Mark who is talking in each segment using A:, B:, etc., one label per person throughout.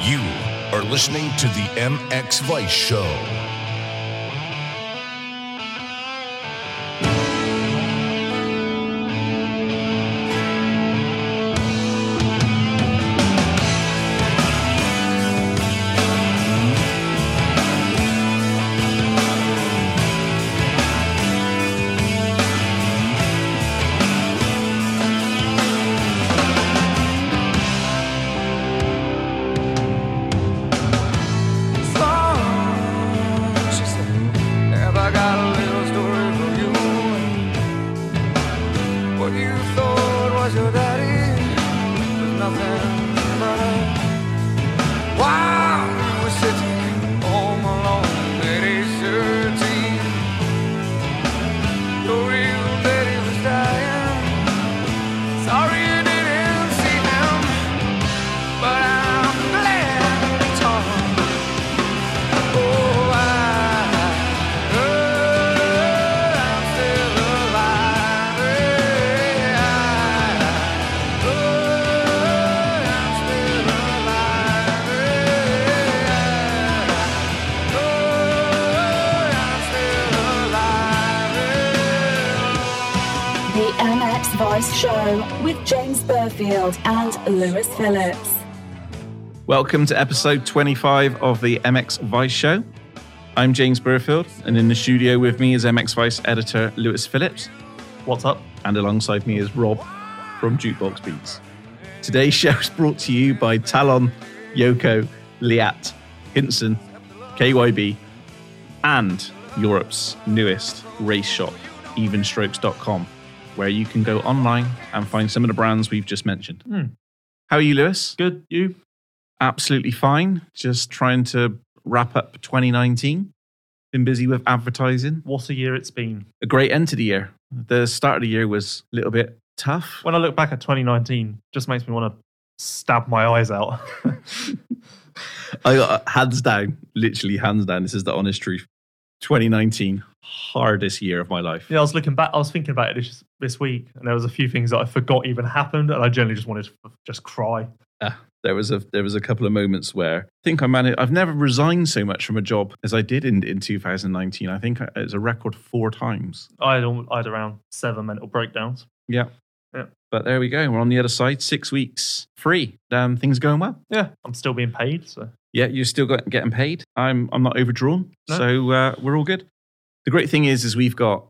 A: You are listening to the MX Vice Show.
B: She said, Have I got a little story for you? What you thought was your daddy was nothing but a While you were sitting home alone at age 13, your real daddy was dying. Sorry you didn't see him, but I'm glad it's all. Oh, I heard Oh, I'm still alive. I heard I'm still alive. I heard I'm still alive.
C: The MX Voice Show with James Burfield and Lewis Phillips.
D: Welcome to episode 25 of the MX Vice Show. I'm James Burfield, and in the studio with me is MX Vice editor Lewis Phillips. What's up? And alongside me is Rob from Jukebox Beats. Today's show is brought to you by Talon, Yoko, Liat, Hinson, KYB, and Europe's newest race shop, evenstrokes.com, where you can go online and find some of the brands we've just mentioned. How are you, Lewis?
E: Good. You?
D: absolutely fine. Just trying to wrap up 2019. Been busy with advertising.
E: What a year it's been.
D: A great end to the year. The start of the year was a little bit tough.
E: When I look back at 2019, just makes me want to stab my eyes out.
D: I got hands down, literally hands down. This is the honest truth. 2019, hardest year of my life.
E: yeah, I was looking back. I was thinking about it this, this week, and there was a few things that I forgot even happened, and I generally just wanted to f- just cry.
D: There was a there was a couple of moments where I think I managed. I've never resigned so much from a job as I did in, in 2019. I think I- it's a record four times.
E: I had, al- I had around seven mental breakdowns.
D: Yeah.
E: Yeah.
D: But there we go. We're on the other side. Six weeks free. Um, things are going well.
E: Yeah, I'm still being paid, so
D: Yeah, you're still got, getting paid. I'm I'm not overdrawn,
E: No.
D: so uh, we're all good. The great thing is, is we've got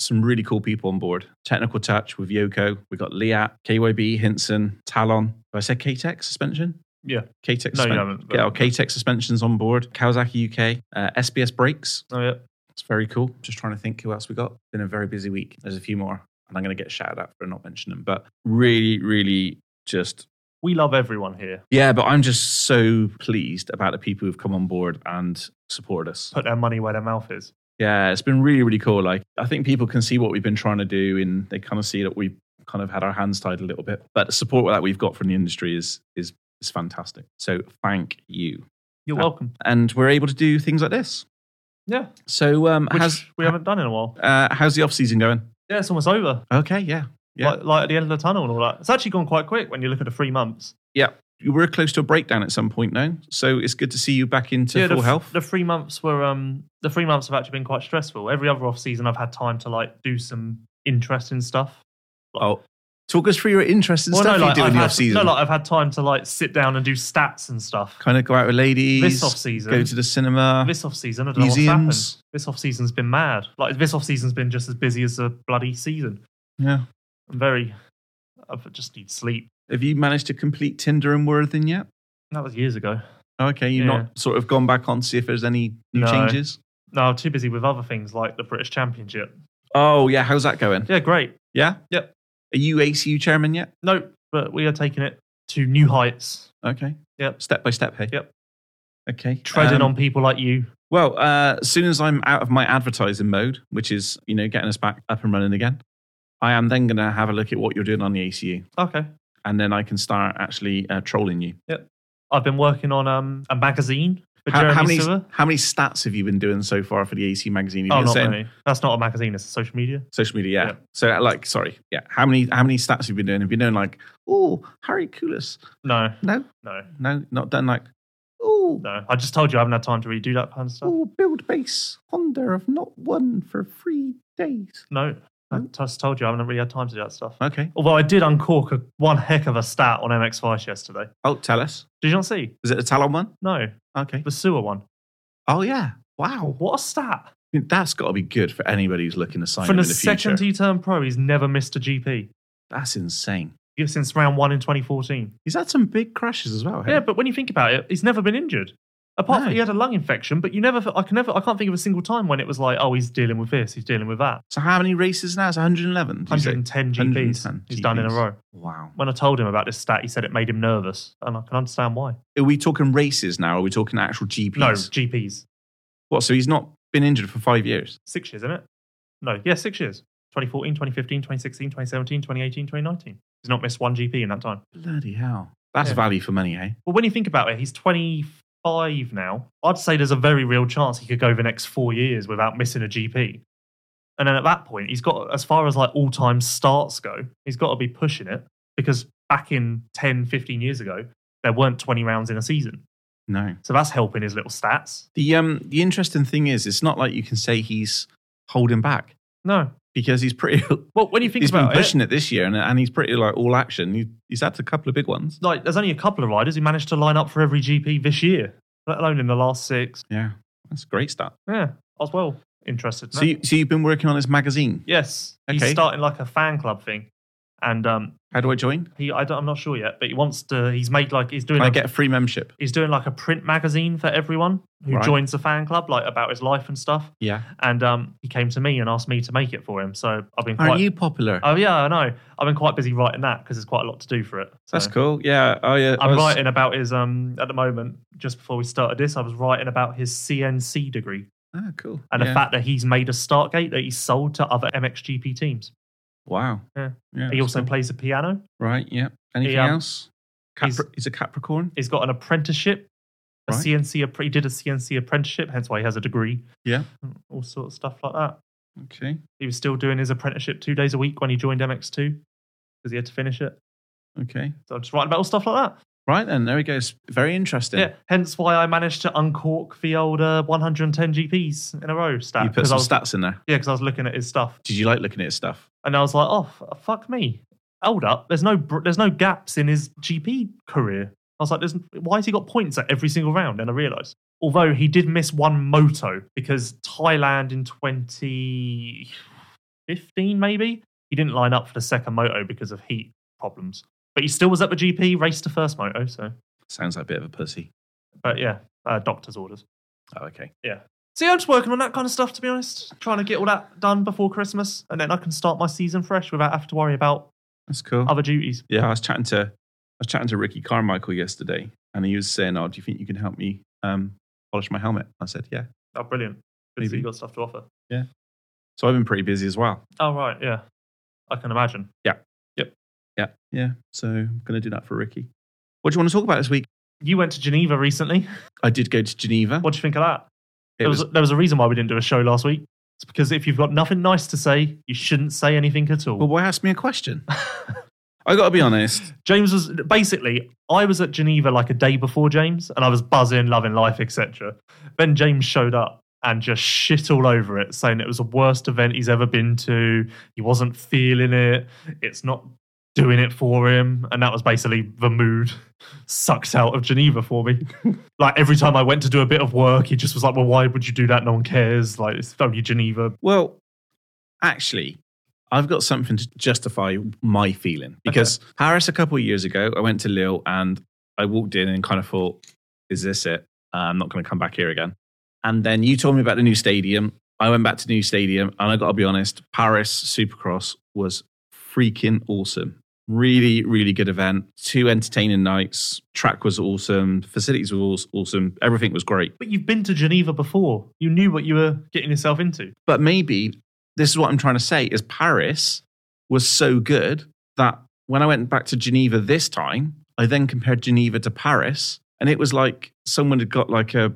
D: some really cool people on board. Technical Touch with Yoko. We've got Liat, KYB, Hinson, Talon. Have I said KTEC suspension?
E: yeah.
D: KTEC.
E: No, you
D: suspen-
E: haven't, but-
D: Yeah, oh, KTEC suspensions on board. Kawasaki UK. Uh, SBS brakes.
E: Oh, yeah.
D: It's very cool. Just trying to think who else we got. Been a very busy week. There's a few more, and I'm going to get shouted out for not mentioning them. But really, really, just
E: We love everyone here.
D: yeah, but I'm just so pleased about the people who've come on board and supported us.
E: Put their money where their mouth is.
D: Yeah, it's been really, really cool. Like, I think people can see what we've been trying to do and they kind of see that we've kind of had our hands tied a little bit. But the support that we've got from the industry is, is, is fantastic. So thank you.
E: You're
D: Yeah.
E: welcome.
D: And we're able to do things like this.
E: Ah. Yeah,
D: So, um,
E: which
D: how's,
E: we haven't done in a while.
D: uh, how's the off season going?
E: Yeah, it's almost over.
D: Okay, yeah. Yeah.
E: Like, like at the end of the tunnel and all that. It's actually gone quite quick when you look at the three months.
D: You were close to a breakdown at some point now. So it's good to see you back into
E: the,
D: full
E: f-
D: health.
E: The three months were um the three months have actually been quite stressful. Every other off season, I've had time to like do some interesting stuff.
D: oh, talk us through your interesting
E: Well,
D: stuff
E: no, like,
D: you do
E: I've
D: in the
E: had,
D: off season.
E: No, like I've had time to like sit down and do stats and stuff.
D: kind of go out with ladies.
E: This off-season.
D: go to the cinema.
E: This off season, I don't know what's
D: Museums.
E: happened. This off season's been mad. Like this off season's been just as busy as the bloody season.
D: yeah.
E: I'm very. I just need sleep.
D: Have you managed to complete Tinder and Worthing yet?
E: That was years ago.
D: Okay, you've
E: Yeah.
D: not sort of gone back on to see if there's any new
E: No.
D: changes.
E: No, I'm too busy with other things like the British Championship.
D: Oh yeah, how's that going?
E: Yeah, great.
D: Yeah.
E: Yep.
D: Are you ACU chairman yet?
E: No, but we are taking it to new heights.
D: Okay.
E: Yep.
D: Step by step. Hey.
E: Yep.
D: Okay.
E: Treading
D: um,
E: on people like you.
D: Well, uh, as soon as I'm out of my advertising mode, which is you know getting us back up and running again, I am then going to have a look at what you're doing on the ACU,
E: Okay.
D: and then I can start actually uh, trolling you.
E: I've been working on um, a magazine for
D: How,
E: Jeremy
D: how many
E: Sewer.
D: how many stats have you been doing so far for the AC magazine? Have you
E: Oh,
D: been
E: not
D: setting-
E: many. That's not a magazine. It's social media.
D: Social media, yeah.
E: Yeah.
D: So uh, like, sorry, yeah. How many how many stats have you been doing? Have you been doing like, oh, Harry Coolis?
E: No,
D: No,
E: no.
D: no, not done like Ooh,
E: No, I just told you I haven't had time to redo that kind of stuff.
D: ooh, build base. Honda have not won for three days.
E: No, I just told you I haven't really had time to do that stuff.
D: Okay.
E: Although I did uncork a, one heck of a stat on MX Vice yesterday.
D: Oh, tell us.
E: Did you not see?
D: Is it the Talon one?
E: No,
D: Okay.
E: the sewer one.
D: Oh, yeah. Wow.
E: What a stat!
D: I mean, that's got to be good for anybody who's looking to sign
E: From
D: him
E: the
D: in the future.
E: second he turned pro, he's never missed a GP
D: that's insane.
E: Yeah, since round one in 2014.
D: He's had some big crashes as well. hey?
E: Yeah, but when you think about it, he's never been injured. Apart
D: No.
E: from he had a lung infection, but you never, I can never, I can't think of a single time when it was like, oh, he's dealing with this, he's dealing with that.
D: So how many races now? It's 111. did you say?
E: 110 GPs
D: 110
E: he's done in a
D: GPs.
E: row.
D: Wow.
E: When I told him about this stat, he said it made him nervous, and I can understand why.
D: Are we talking races now? Or are we talking actual GPs?
E: No, GPs.
D: What? So he's not been injured for five years?
E: Six years, isn't it? No, yeah, six years. 2014, 2015, 2016, 2017, 2018, 2019. He's not missed one GP in that time.
D: Bloody hell. That's
E: Yeah.
D: value for money, eh?
E: Well, when you think about it, he's 25 now. I'd say there's a very real chance he could go the next four years without missing a GP. And then at that point, he's got, as far as like all time starts go, he's got to be pushing it because back in 10, 15 years ago, there weren't 20 rounds in a season.
D: No.
E: So that's helping his little stats.
D: The um the interesting thing is, it's not like you can say he's holding back
E: No.
D: because he's pretty.
E: Well, when you think
D: he's been
E: about it,
D: pushing it. this year, and, and he's pretty like all action. He, he's had a couple of big ones.
E: like there's only a couple of riders who managed to line up for every GP this year, let alone in the last six.
D: Yeah, that's a great start.
E: Yeah, I was well interested. in
D: So,
E: that.
D: you, so you've been working on his magazine.
E: yes, he's
D: Okay.
E: starting like a fan club thing, and um,
D: How do I join?
E: he I don't, I'm not sure yet, but he wants to. He's made like he's doing.
D: Can I
E: Like,
D: get a free membership?
E: he's doing like a print magazine for everyone who
D: Right.
E: joins the fan club, like about his life and stuff.
D: Yeah.
E: And um, he came to me and asked me to make it for him. So I've been
D: Are
E: quite.
D: you popular?
E: Oh yeah, I know. I've been quite busy writing that because there's quite a lot to do for it. So.
D: That's cool. Yeah. Oh yeah. I
E: I'm
D: was-
E: writing about his um at the moment. Just before we started this, I was writing about his CNC degree
D: Ah, cool.
E: and
D: Yeah.
E: the fact that he's made a Stargate that he's sold to other MXGP teams.
D: Wow.
E: Yeah.
D: that's
E: he also
D: cool.
E: plays the piano.
D: Right. Yeah. Anything
E: um,
D: else? Capri-
E: he's-
D: he's a Capricorn.
E: He's got an apprenticeship. A
D: Right.
E: CNC, app- he did a CNC apprenticeship, hence why he has a degree.
D: Yeah.
E: and all sorts of stuff like that.
D: Okay.
E: He was still doing his apprenticeship two days a week when he joined MX2 because he had to finish it.
D: Okay.
E: So I'm just writing about all stuff like that.
D: Right then. There we go. It's very interesting.
E: Yeah, hence why I managed to uncork the old uh, 110 GPs in a row stat.
D: You put
E: 'cause I
D: some
E: was,
D: stats in there.
E: Yeah, because I was looking at his stuff.
D: Did you like looking at his stuff?
E: and I was like, "Oh, f- fuck me! Hold up, there's no br- there's no gaps in his GP career." I was like, there's, "Why has he got points at every single round?" And I realised, although he did miss one moto because Thailand in 2015, maybe he didn't line up for the second moto because of heat problems, but he still was at the GP, raced the first moto. So,
D: Sounds like a bit of a pussy.
E: but yeah, uh, doctor's orders.
D: Oh, okay.
E: So yeah, I'm just working on that kind of stuff to be honest, trying to get all that done before Christmas, and then I can start my season fresh without having to worry about
D: That's cool.
E: other duties.
D: yeah, I was chatting to I was chatting to Ricky Carmichael yesterday, and he was saying, "Oh, do you think you can help me um, polish my helmet?" I said, "Yeah."
E: Oh, brilliant. Good that
D: Maybe.
E: you got stuff to offer.
D: So I've been pretty busy as well.
E: Oh, right. Yeah. I can imagine.
D: Yeah, yeah. So I'm gonna do that for Ricky. What do you want to talk about this week?
E: You went to Geneva recently.
D: I did go to Geneva.
E: What do you think of that?
D: it
E: there, was,
D: was,
E: there was a reason why we didn't do a show last week. It's because if you've got nothing nice to say, you shouldn't say anything at all.
D: well, why ask me a question? I got to be honest.
E: James was basically, I was at Geneva like a day before James and I was buzzing, loving life, etc. Then James showed up and just shit all over it, saying it was the worst event he's ever been to. He wasn't feeling it. It's not doing it for him. And that was basically the mood sucked out of Geneva for me. like every time I went to do a bit of work, he just was like, well, why would you do that? No one cares. Like, it's only Geneva.
D: Well, actually, I've got something to justify my feeling because Paris a couple of years ago, I went to Lille and I walked in and kind of thought, "Is this it? Uh, I'm not going to come back here again." And then you told me about the new stadium. I went back to the new stadium, and I got to be honest, Paris Supercross was freaking awesome. Really, really good event. Two entertaining nights. Track was awesome. Facilities were aw- awesome. Everything was great.
E: But you've been to Geneva before. You knew what you were getting yourself into.
D: But maybe this is what I'm trying to say is Paris was so good that when I went back to Geneva this time, I then compared Geneva to Paris and it was like someone had got like a,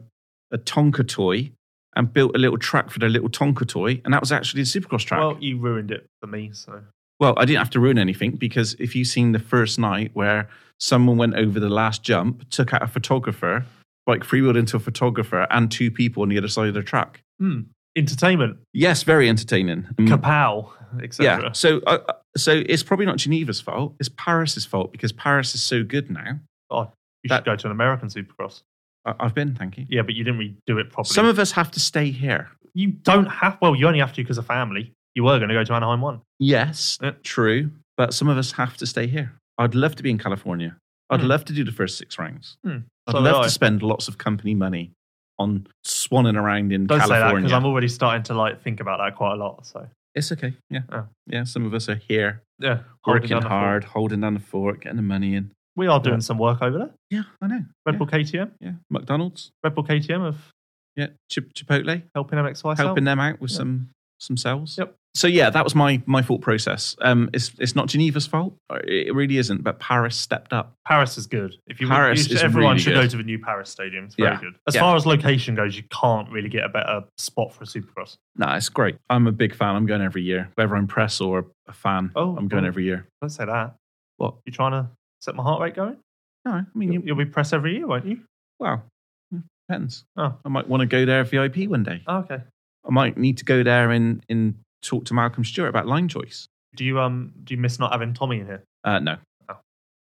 D: a Tonka toy and built a little track for their little Tonka toy and that was actually a supercross track.
E: Well,
D: Well,
E: you ruined it for me, so.
D: I didn't have to ruin anything because if you've seen the first night where someone went over the last jump, took out a photographer, like freewheeled into a photographer and two people on the other side of the track.
E: Hmm. Entertainment,
D: Yes, very entertaining. Mm.
E: kapow, etc.
D: yeah. So, uh, uh, so it's probably not Geneva's fault. It's Paris's fault because Paris is so good now.
E: Oh, You
D: That-
E: should go to an American Supercross.
D: I- I've been, thank you.
E: Yeah, but you didn't really do it properly.
D: Some of us have to stay here.
E: you don't have. Well, you only have to because of family. You were going to go to Anaheim one.
D: Yes,
E: Yeah.
D: true. But some of us have to stay here. I'd love to be in California. I'd
E: Hmm.
D: love to do the first six rounds.
E: Hmm.
D: I'd
E: So would
D: love
E: I.
D: to spend lots of company money on swanning around in
E: Don't say that
D: California.
E: because I'm already starting to like think about that quite a lot. So
D: it's okay. Yeah.
E: Oh.
D: Yeah. Some of us are here
E: yeah, holding
D: working
E: down the fort.
D: hard, holding down the fort, getting the money in.
E: We are doing
D: Yeah.
E: some work over there.
D: Yeah, I know. yeah,
E: Red Bull KTM,
D: yeah. McDonald's.
E: Red Bull KTM of
D: Yeah. Chip- Chipotle.
E: helping MXY. sell.
D: helping them out with
E: Yeah.
D: some some cells.
E: Yep.
D: So yeah, that was my my thought process. Um, it's it's not Geneva's fault. or It really isn't. But Paris stepped up.
E: Paris is good. If you,
D: Paris
E: you should-
D: is
E: everyone
D: really
E: should
D: good.
E: go to the new Paris stadium. It's very
D: Yeah.
E: good. As
D: Yeah.
E: far as location goes, you can't really get a better spot for a Supercross.
D: Nah, it's great. I'm a big fan. I'm going every year, whether I'm press or a fan.
E: Oh,
D: I'm going
E: oh.
D: every year.
E: Don't say that.
D: What?
E: You trying to set my heart rate going?
D: No, I mean,
E: You,
D: you,
E: will be press every year, won't you?
D: well, it depends.
E: Oh.
D: I might want to go there VIP one day.
E: Oh, okay.
D: I might need to go there and and talk to Malcolm Stewart about line choice.
E: Do you um do you miss not having Tommy in here?
D: Uh, no,
E: Oh.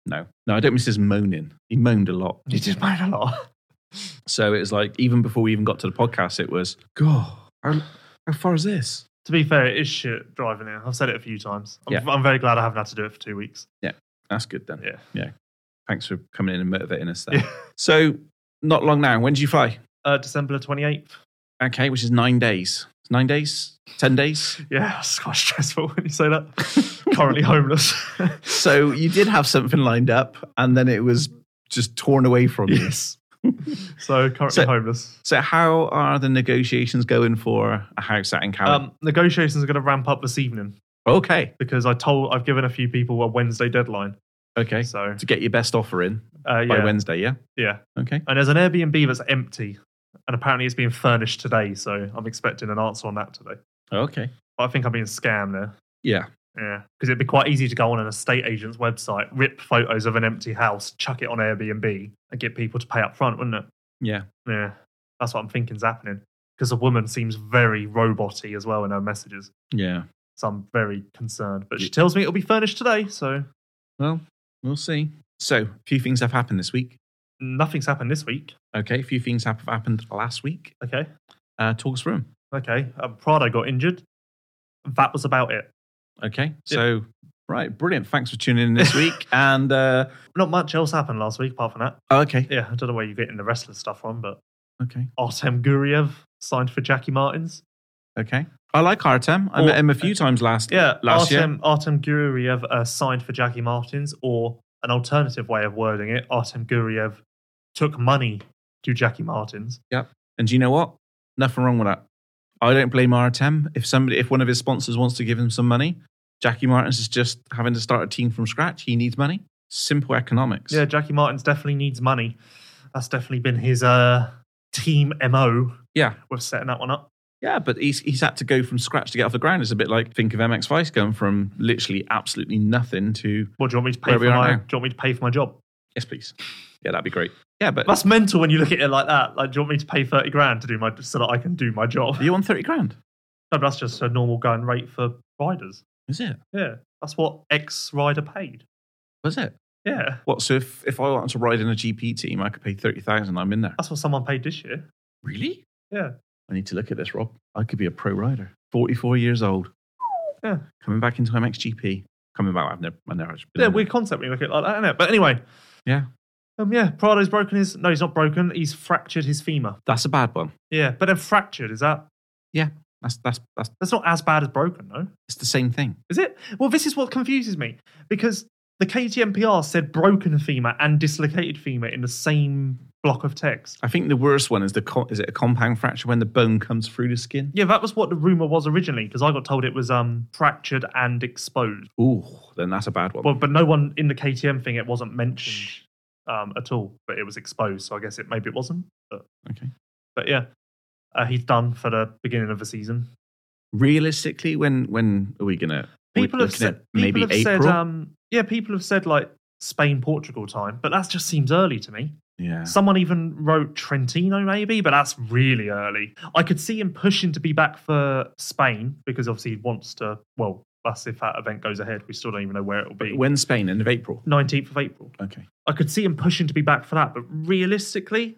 D: no, no. I don't miss his moaning. He moaned a lot.
E: You did mine a lot.
D: So it was like even before we even got to the podcast, it was God. How, how far is this?
E: to be fair, it is shit driving here. I've said it a few times. I'm, I'm very glad I haven't had to do it for two weeks.
D: That's good then.
E: Yeah.
D: Thanks for coming in and motivating us there.
E: Yeah.
D: So not long now. When did you fly?
E: Uh, December the 28th.
D: Okay, which is nine days. Nine days? Ten days?
E: Yeah, it's quite stressful when you say that. Currently homeless.
D: So you did have something lined up and then it was just torn away from you.
E: yes. so currently
D: So-
E: homeless.
D: So how are the negotiations going for a house out in Cali?
E: Um, negotiations are going to ramp up this evening
D: okay.
E: because I told I've given a few people a Wednesday deadline.
D: Okay.
E: So
D: To get your best offer in
E: uh,
D: by
E: yeah,
D: Wednesday, yeah?
E: yeah.
D: Okay.
E: And there's an Airbnb that's empty, and apparently it's being furnished today. So I'm expecting an answer on that today.
D: Okay.
E: But I think I'm being scammed there.
D: Yeah.
E: Yeah, because it'd be quite easy to go on an estate agent's website, rip photos of an empty house, chuck it on Airbnb, and get people to pay up front, wouldn't it?
D: Yeah.
E: Yeah, that's what I'm thinking's happening. Because the woman seems very roboty as well in her messages,
D: Yeah.
E: so I'm very concerned. But she
D: Yeah.
E: tells me it'll be furnished today, so
D: Well, we'll see. So, a few things have happened this week.
E: nothing's happened this week.
D: Okay, a few things have happened last week.
E: Okay,
D: Uh, talks room.
E: okay. Um, Prado got injured. That was about it.
D: Okay, so right, brilliant. Thanks for tuning in this week. and uh,
E: Not much else happened last week apart from that.
D: oh, okay,
E: Yeah, I don't know where you're getting the wrestler stuff from, but
D: okay,
E: Artem Guriev signed for Jackie Martins.
D: okay. I like Artem. I
E: Or-
D: met him a few times last.
E: Yeah,
D: last year.
E: Artem, Artem Guriev uh, signed for Jackie Martins, or an alternative way of wording it, Artem Guriev took money to Jackie Martins.
D: And do you know what? Nothing wrong with that. I don't blame Artem. If somebody, if one of his sponsors wants to give him some money, Jackie Martins is just having to start a team from scratch. He needs money. Simple economics.
E: Yeah, Jackie Martins definitely needs money. That's definitely been his uh, team MO
D: yeah.
E: with setting that one up.
D: Yeah, but he's he's had to go from scratch to get off the ground. It's a bit like think of MX Vice going from literally absolutely nothing to
E: Well, do you want me to pay
D: Where
E: for
D: we are
E: my?
D: now.
E: Do you want me to pay for my job?
D: yes, please. Yeah, that'd be great. Yeah, but
E: That's mental when you look at it like that. Like, do you want me to pay thirty grand to do my so that I can do my job?
D: you on thirty grand?
E: No, but that's just a normal going rate for riders.
D: Is it?
E: Yeah, that's what ex rider paid.
D: Was it?
E: Yeah,
D: What? So if if I wanted to ride in a GP team, I could pay thirty thousand. I'm in there.
E: that's what someone paid this year.
D: Really?
E: Yeah.
D: I need to look at this, Rob. I could be a pro rider. Forty four years old.
E: Yeah.
D: Coming back into MXGP. Coming back. I've never. I've never actually been
E: Yeah,
D: in
E: weird concept when you look at it like that, innit? But anyway.
D: Yeah.
E: Um, yeah, Prado's broken his. No, he's not broken. He's fractured his femur.
D: there. That's a bad one.
E: Yeah, but then fractured is that?
D: That's that's that's
E: That's not as bad as broken, though,
D: it's the same thing.
E: is it? Well, this is what confuses me because the KTMPR said broken femur and dislocated femur in the same block of text.
D: I think the worst one is the co- is it a compound fracture when the bone comes through the skin?
E: Yeah, that was what the rumor was originally because I got told it was um fractured and exposed.
D: Ooh, then that's a bad one.
E: Well, but no one in the KTM thing it wasn't mentioned um, at all, but it was exposed. So I guess it maybe it wasn't. But
D: okay.
E: But yeah, uh, he's done for the beginning of the season.
D: Realistically, when when are we gonna? we're
E: People have
D: looking at
E: said um,
D: maybe
E: people have
D: April.
E: Said, um, yeah, people have said like Spain Portugal time, but that just seems early to me.
D: Yeah.
E: Someone even wrote Trentino, maybe, but that's really early. I could see him pushing to be back for Spain because obviously he wants to. Well, that's if that event goes ahead. We still don't even know where it will be.
D: When Spain, end of April.
E: 19th of April.
D: Okay.
E: I could see him pushing to be back for that, but realistically,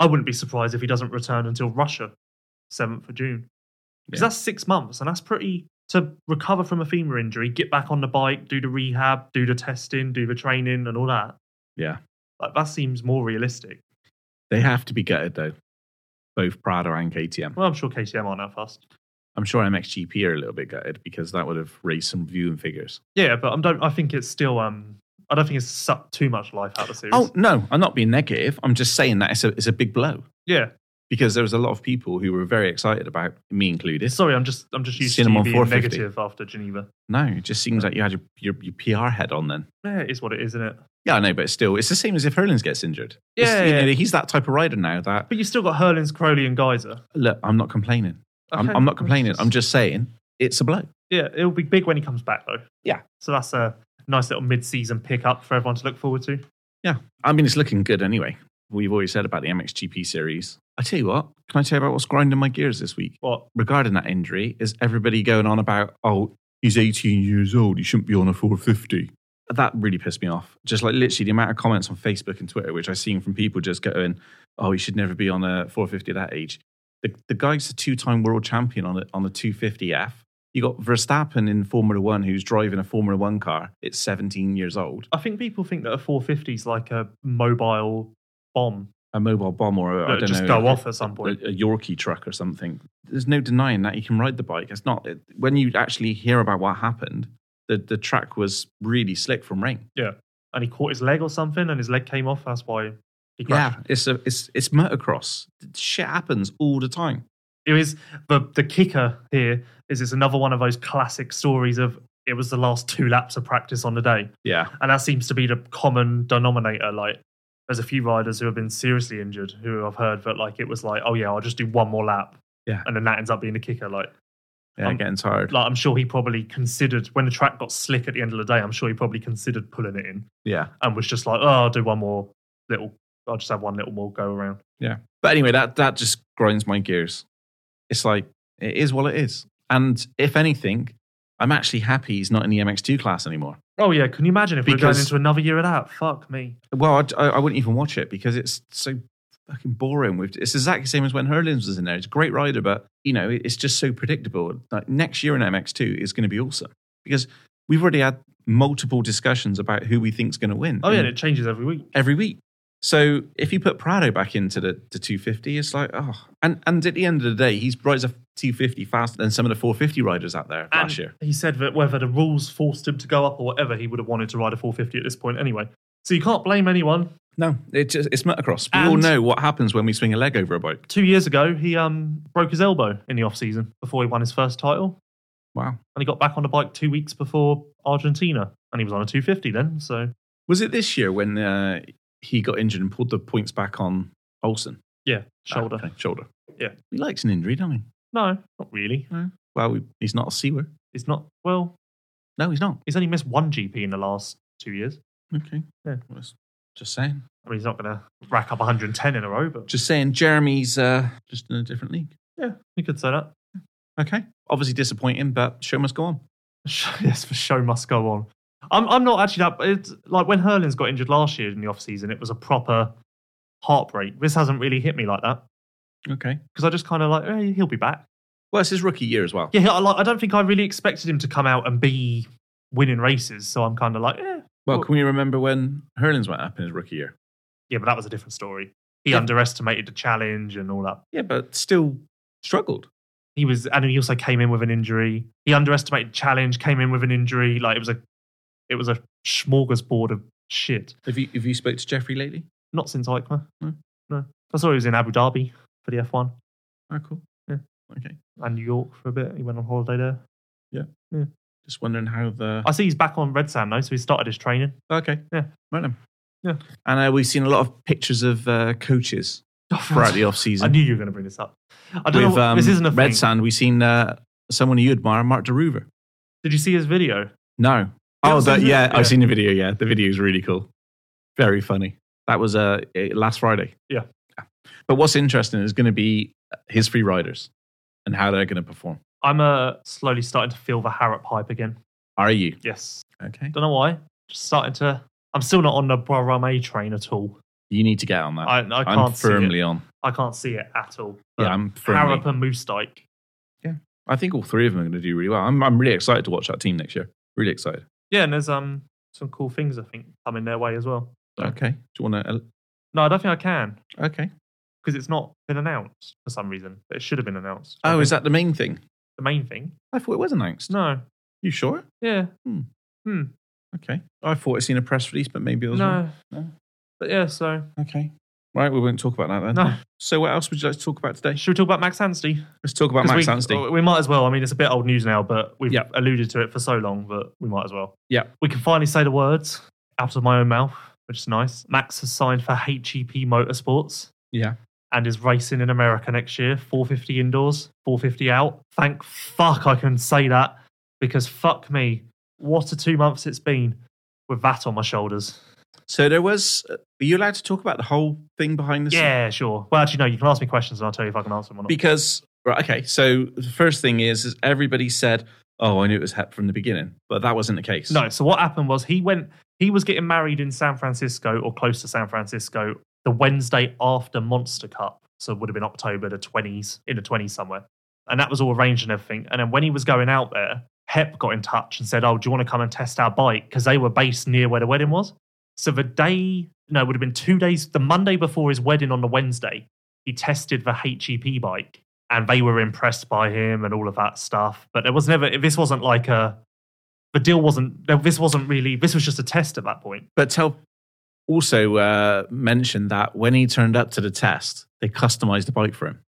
E: I wouldn't be surprised if he doesn't return until Russia, 7th of June. Because
D: Yeah.
E: that's six months, and that's pretty to recover from a femur injury, get back on the bike, do the rehab, do the testing, do the training, and all that.
D: Yeah.
E: Like, that seems more realistic.
D: They have to be gutted though. Both Prada and KTM.
E: Well, I'm sure KTM aren't that fast.
D: I'm sure MXGP are a little bit gutted because that would have raised some viewing figures.
E: Yeah, but I don't. I think it's still. Um, I don't think it's sucked too much life out of the series.
D: Oh no, I'm not being negative. I'm just saying that it's a it's a big blow
E: yeah.
D: because there was a lot of people who were very excited about me included.
E: Sorry, I'm just. I'm just used
D: Seen 'em
E: to
D: on
E: you being
D: 450.
E: negative after Geneva.
D: No, it just seems like you had your, your, your PR head on then.
E: Yeah, it is what it is, isn't it?
D: Yeah, I know, but still, it's the same as if Hurlins gets injured. It's-
E: Yeah,
D: you know,
E: yeah.
D: he's that type of rider now. That
E: But you still got Hurlins, Crowley, and Geyser.
D: look, I'm not complaining. I'm,
E: Okay.
D: I'm not complaining. I'm just saying it's a blow.
E: yeah, it'll be big when he comes back though.
D: Yeah.
E: So that's a nice little mid-season pickup for everyone to look forward to.
D: I mean, it's looking good anyway. We've always said about the MXGP series. I tell you what, can I tell you about what's grinding my gears this week?
E: What?
D: regarding that injury is everybody going on about, oh, he's 18 years old. He shouldn't be on a 450. That really pissed me off. Just like literally the amount of comments on Facebook and Twitter, which I've seen from people just going, oh, he should never be on a 450 at that age. The, the guy's a two time world champion on a, on a 250F. You got Verstappen in Formula One, who's driving a Formula One car. It's 17 years old.
E: I think people think that a 450 is like a mobile bomb
D: A mobile bomb or a, I
E: that
D: don't
E: just
D: know,
E: go
D: like a-
E: off at some
D: a,
E: point.
D: a Yorkie truck or something. There's no denying that he can ride the bike. It's not it- when you actually hear about what happened. The the track was really slick from rain.
E: And he caught his leg or something, and his leg came off. That's why he crashed.
D: Yeah, it's a it's it's motocross. Shit happens all the time.
E: It was the the kicker here is it's another one of those classic stories of it was the last two laps of practice on the day.
D: Yeah,
E: and that seems to be the common denominator. Like, there's a few riders who have been seriously injured who I've heard that like it was like, oh yeah, I'll just do one more lap,
D: Yeah.
E: and then that ends up being the kicker. Like,
D: yeah,
E: Um,
D: getting tired.
E: like I'm sure he probably considered when the track got slick at the end of the day. I'm sure he probably considered pulling it in
D: yeah,
E: and was just like, oh, I'll do one more little, I'll just have one little more go around.
D: but anyway, that that just grinds my gears. It's like it is what it is. And if anything, I'm actually happy he's not in the MX2 class anymore.
E: Oh yeah, can you imagine if we're
D: Because-
E: going into another year of that? Fuck me.
D: Well, I'd- I, I wouldn't even watch it because it's so fucking boring. With it's exactly the same as when Hurlins was in there. It's a great rider, but you know it's just so predictable. Like next year in MX2 is going to be awesome because we've already had multiple discussions about who we think's going to win.
E: Oh yeah,
D: in-
E: and it changes every week.
D: every week. So if you put Prado back into the, the 250, it's like oh, and and at the end of the day, he's rides a 250 faster than some of the 450 riders out there
E: And
D: last year.
E: He said that whether the rules forced him to go up or whatever, he would have wanted to ride a 450 at this point anyway. So you can't blame anyone.
D: No, it just, it's motocross. We all
E: And-
D: know what happens when we swing a leg over a bike.
E: Two years ago, he um, broke his elbow in the off season before he won his first title,
D: Wow.
E: and he got back on the bike two weeks before Argentina, and he was on a 250 then. So
D: Was it this year when uh, he got injured and pulled the points back on Olsen?
E: yeah, shoulder.
D: Ah, okay, shoulder.
E: Yeah.
D: He likes an injury, doesn't he?
E: No, not really.
D: Well, we, he's not a sewer.
E: It's not. Well,
D: No, he's not.
E: he's only missed one GP in the last two years.
D: Okay.
E: Yeah.
D: Well, it's- Just saying.
E: I mean, he's not going to rack up 110 in a row, but
D: Just saying, Jeremy's uh, just in a different league.
E: yeah, you could say that.
D: Okay. Obviously disappointing, but show must go on.
E: yes, the show must go on. I'm, I'm not actually that. It's like when Hurlins got injured last year in the off season, it was a proper heartbreak. This hasn't really hit me like that
D: Okay.
E: because I just kind of like, eh, he'll be back.
D: Well, it's his rookie year as well.
E: Yeah, I, like, I don't think I really expected him to come out and be winning races. So I'm kind of like, eh.
D: Well, can we remember when Hurlins went up in his rookie year?
E: yeah, but that was a different story. He
D: Yeah.
E: underestimated the challenge and all that.
D: Yeah, but still struggled.
E: He was, and he also came in with an injury. He underestimated the challenge, came in with an injury. Like it was a, it was a smorgasbord of shit.
D: Have you, have you spoke to Jeffrey lately?
E: Not since Eichmann.
D: No?
E: No. I saw he was in Abu Dhabi for the F1
D: Oh, cool.
E: Yeah.
D: Okay.
E: and New York for a bit. He went on holiday there.
D: Just wondering how the...
E: I see he's back on Red Sand though, so he started his training.
D: Okay.
E: Yeah.
D: Right then.
E: Yeah.
D: And uh, we've seen a lot of pictures of uh, coaches throughout the off
E: I
D: season.
E: knew you were going to bring this up. Oh, I don't know. this isn't a
D: um, Red
E: thing.
D: Sand, we've seen uh, someone you admire, Mark DeRuver.
E: Did you see his video?
D: No.
E: haven't
D: Oh,
E: seen
D: the,
E: the-
D: yeah,
E: yeah.
D: I've seen the video. Yeah, the video is really cool. Very funny. That was uh, eh, last Friday.
E: Yeah.
D: But what's interesting is going to be his three riders and how they're going to perform.
E: I'm uh, slowly starting to feel the Harrop hype again.
D: Are you?
E: Yes.
D: Okay.
E: Don't know why. Just starting to. I'm still not on the Barame train at all.
D: You need to get on that.
E: I, I can't
D: am
E: see
D: firmly
E: it.
D: on.
E: I can't see it at all.
D: Yeah,
E: But
D: I'm firmly.
E: Harrop and Moostike.
D: I think all three of them are going to do really well. I'm, I'm really excited to watch that team next year. Really excited.
E: Yeah, and there's um some cool things I think coming their way as well.
D: Okay. Do you want to?
E: No, I don't think I can
D: Okay.
E: because it's not been announced for some reason. It should have been announced. I
D: Oh, is
E: think
D: that the main thing?
E: the main thing?
D: I thought it was announced.
E: No.
D: You sure?
E: Yeah.
D: Okay. I thought I'd seen a press release, but maybe it was wrong.
E: No.
D: No.
E: But yeah, so
D: Okay. Right, we won't talk about that then.
E: no.
D: So, what else would you like to talk about today?
E: Should we talk about Max Anstey?
D: Let's talk about
E: 'Cause
D: Max
E: we, uh,
D: Anstey.
E: We might as well. I mean, it's a bit old news now, but we've
D: Yeah.
E: alluded to it for so long that we might as well.
D: Yeah.
E: We can finally say the words out of my own mouth, which is nice. Max has signed for HEP Motorsports
D: Yeah.
E: and is racing in America next year. 450 indoors, 450 out. Thank fuck I can say that because fuck me, what a two months it's been with that on my shoulders.
D: So, there was. uh, Are you allowed to talk about the whole thing behind the scenes?
E: Yeah, sure. Well, actually, no, you can ask me questions and I'll tell you if I can answer them or not.
D: Because, right, okay. So, the first thing is, is everybody said, oh, I knew it was HEP from the beginning, but that wasn't the case.
E: No. So what happened was he went. He was getting married in San Francisco or close to San Francisco the Wednesday after Monster Cup. So it would have been October the twenties, in the twenties somewhere, and that was all arranged and everything. And then when he was going out there, Hep got in touch and said, "Oh, do you want to come and test our bike?" Because they were based near where the wedding was. So the day, no, it would have been two days. The Monday before his wedding on the Wednesday, he tested the HEP bike, and they were impressed by him and all of that stuff. But there was never. This wasn't like a the deal wasn't this wasn't really this was just a test at that point
D: But tell also uh, mentioned that when he turned up to the test, they customized the bike for him.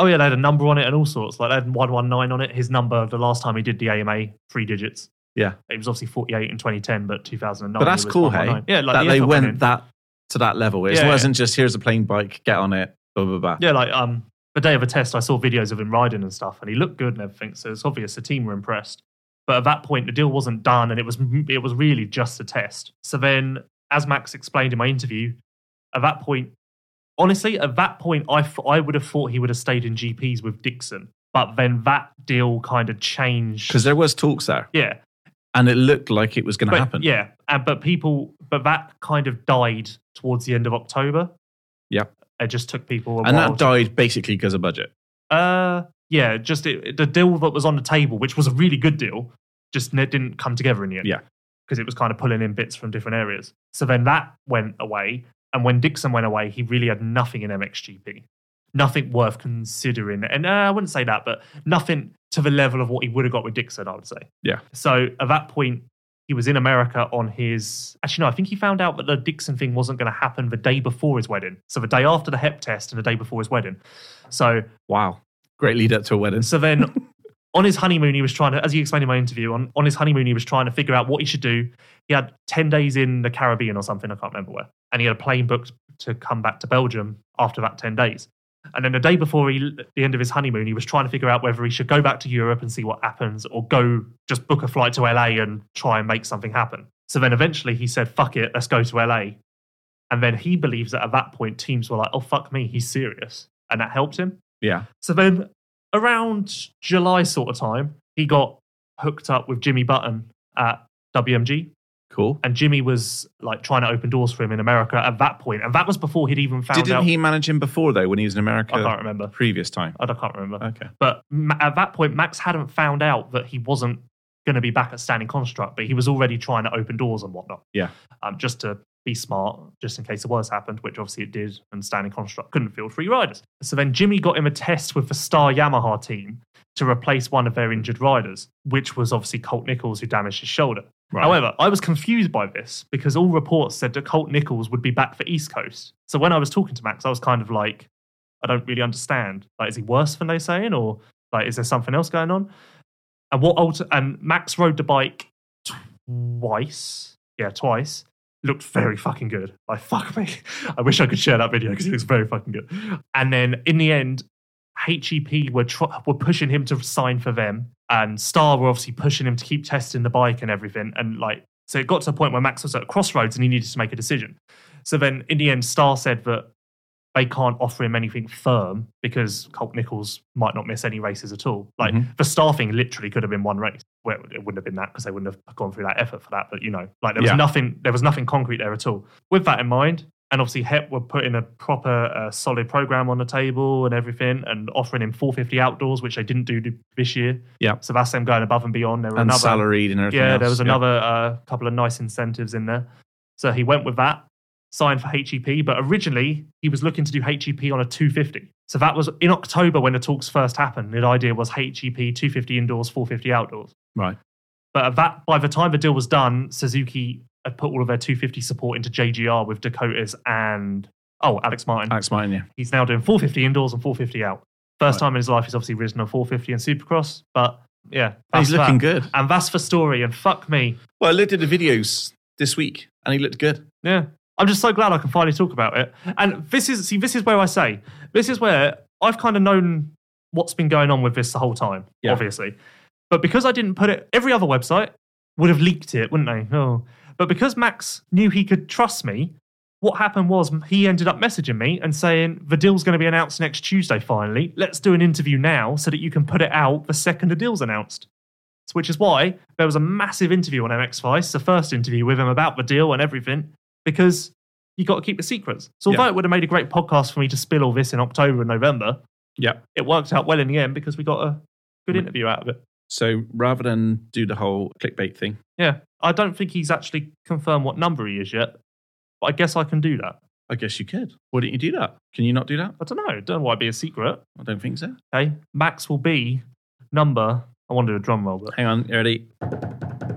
E: oh yeah they had a number on it and all sorts like they had 119 on it his number the last time he did the ama three digits
D: Yeah.
E: it was obviously 48 in 2010 but 2009
D: But that's
E: it was
D: cool, hey?
E: 119. yeah like
D: that
E: the
D: they
E: effort
D: went
E: in.
D: that to that level. It
E: Yeah, yeah.
D: wasn't just here's a plain bike, get on it, blah blah blah.
E: yeah like um the day of a test i saw videos of him riding and stuff and he looked good and everything so it's obvious the team were impressed but at that point the deal wasn't done and it was it was really just a test so then as max explained in my interview at that point honestly, at that point, I, f- I would have thought he would have stayed in GPs with Dixon. But then that deal kind of changed.
D: Because there was talks there,
E: yeah,
D: and it looked like it was going to
E: but,
D: happen.
E: Yeah, and, but people, but that kind of died towards the end of October.
D: Yeah.
E: It just took people a
D: and
E: while.
D: that died basically because of budget.
E: Uh, yeah, just it, it- the deal that was on the table, which was a really good deal, just ne- didn't come together in the end.
D: Yeah.
E: Because it was kind of pulling in bits from different areas. So then that went away. And when Dixon went away, he really had nothing in MXGP. Nothing worth considering. And uh, I wouldn't say that, but nothing to the level of what he would have got with Dixon, I would say.
D: Yeah.
E: So at that point, he was in America on his. Actually, no, I think he found out that the Dixon thing wasn't going to happen the day before his wedding. So the day after the HEP test and the day before his wedding. So
D: Wow, great lead up to a wedding.
E: so then on his honeymoon, he was trying to, as he explained in my interview, on, on his honeymoon, he was trying to figure out what he should do. He had 10 days in the Caribbean or something, I can't remember where. And he had a plane booked to come back to Belgium after that 10 days. And then the day before he, the end of his honeymoon, he was trying to figure out whether he should go back to Europe and see what happens or go just book a flight to LA and try and make something happen. So then eventually he said, fuck it, let's go to LA. And then he believes that at that point, teams were like, oh, fuck me, he's serious. And that helped him.
D: Yeah,
E: So then around July sort of time, he got hooked up with Jimmy Button at WMG.
D: cool.
E: And Jimmy was like trying to open doors for him in America at that point. And that was before he'd even found
D: Didn't
E: out.
D: he manage him before though when he was in
E: I can't
D: America
E: remember.
D: previous time?
E: I don't- can't remember.
D: Okay,
E: But Ma- at that point, Max hadn't found out that he wasn't going to be back at Standing Construct, but he was already trying to open doors and whatnot.
D: Yeah.
E: Um, just to be smart, just in case the worst happened, which obviously it did, and Standing Construct couldn't field three riders. So then Jimmy got him a test with the Star Yamaha team to replace one of their injured riders, which was obviously Colt Nichols, who damaged his shoulder.
D: right.
E: However, I was confused by this because all reports said that Colt Nichols would be back for East Coast. So when I was talking to Max, I was kind of like, I don't really understand. Like, is he worse than they're saying, or like, is there something else going on? And what? Alter- and Max rode the bike twice. Yeah, twice. Looked very fucking good. Like, fuck me. I wish I could share that video because it looks very fucking good. And then in the end, HEP were tr- were pushing him to sign for them, and Star were obviously pushing him to keep testing the bike and everything. And like, so it got to a point where Max was at a crossroads and he needed to make a decision. So then in the end, Star said that they can't offer him anything firm because Colt Nichols might not miss any races at all. Like
D: Mhm.
E: the Star thing literally could have been one race. Well, it wouldn't have been that because they wouldn't have gone through that effort for that. But you know, like there was
D: Yeah.
E: nothing, there was nothing concrete there at all. With that in mind, and obviously Hep were putting a proper uh, solid program on the table and everything, and offering him 450 outdoors, which they didn't do this year.
D: Yeah.
E: so that's them going above and beyond. There were
D: and
E: another
D: salaried and everything.
E: yeah,
D: else.
E: there was another uh, couple of nice incentives in there. So he went with that, signed for HEP, but originally he was looking to do HEP on a 250. So that was in October when the talks first happened. The idea was E HEP 250 indoors, 450 outdoors.
D: Right.
E: But at that, by the time the deal was done, Suzuki had put all of their 250 support into JGR with Dakotas and, oh, Alex Martin.
D: Alex Martin, yeah.
E: He's now doing 450 indoors and 450 out. First
D: Right.
E: time in his life, he's obviously risen a 450 in Supercross, but yeah.
D: And he's
E: that's
D: looking
E: that.
D: good.
E: And that's the story. And fuck me,
D: Well, I looked at the videos this week and he looked good.
E: Yeah. I'm just so glad I can finally talk about it. And this is see, this is where I say, this is where I've kind of known what's been going on with this the whole time,
D: Yeah.
E: obviously. But because I didn't put it, every other website would have leaked it, wouldn't they? Oh. But because Max knew he could trust me, what happened was he ended up messaging me and saying, the deal's going to be announced next Tuesday finally. Let's do an interview now so that you can put it out the second the deal's announced which is why there was a massive interview on MX Vice, the first interview with him about the deal and everything, because you got to keep the secrets. So although
D: Yeah.
E: it would have made a great podcast for me to spill all this in October and November,
D: Yeah.
E: it worked out well in the end because we got a good
D: Mm.
E: interview out of it.
D: So rather than do the whole clickbait thing,
E: Yeah, I don't think he's actually confirmed what number he is yet, but I guess I can do that.
D: I guess you could. Why don't you do that? Can you not do that?
E: I don't know. Don't know why it'd be a secret.
D: I don't think so.
E: Okay, Max will be number. I want to do a drum roll, but
D: Hang on, you ready?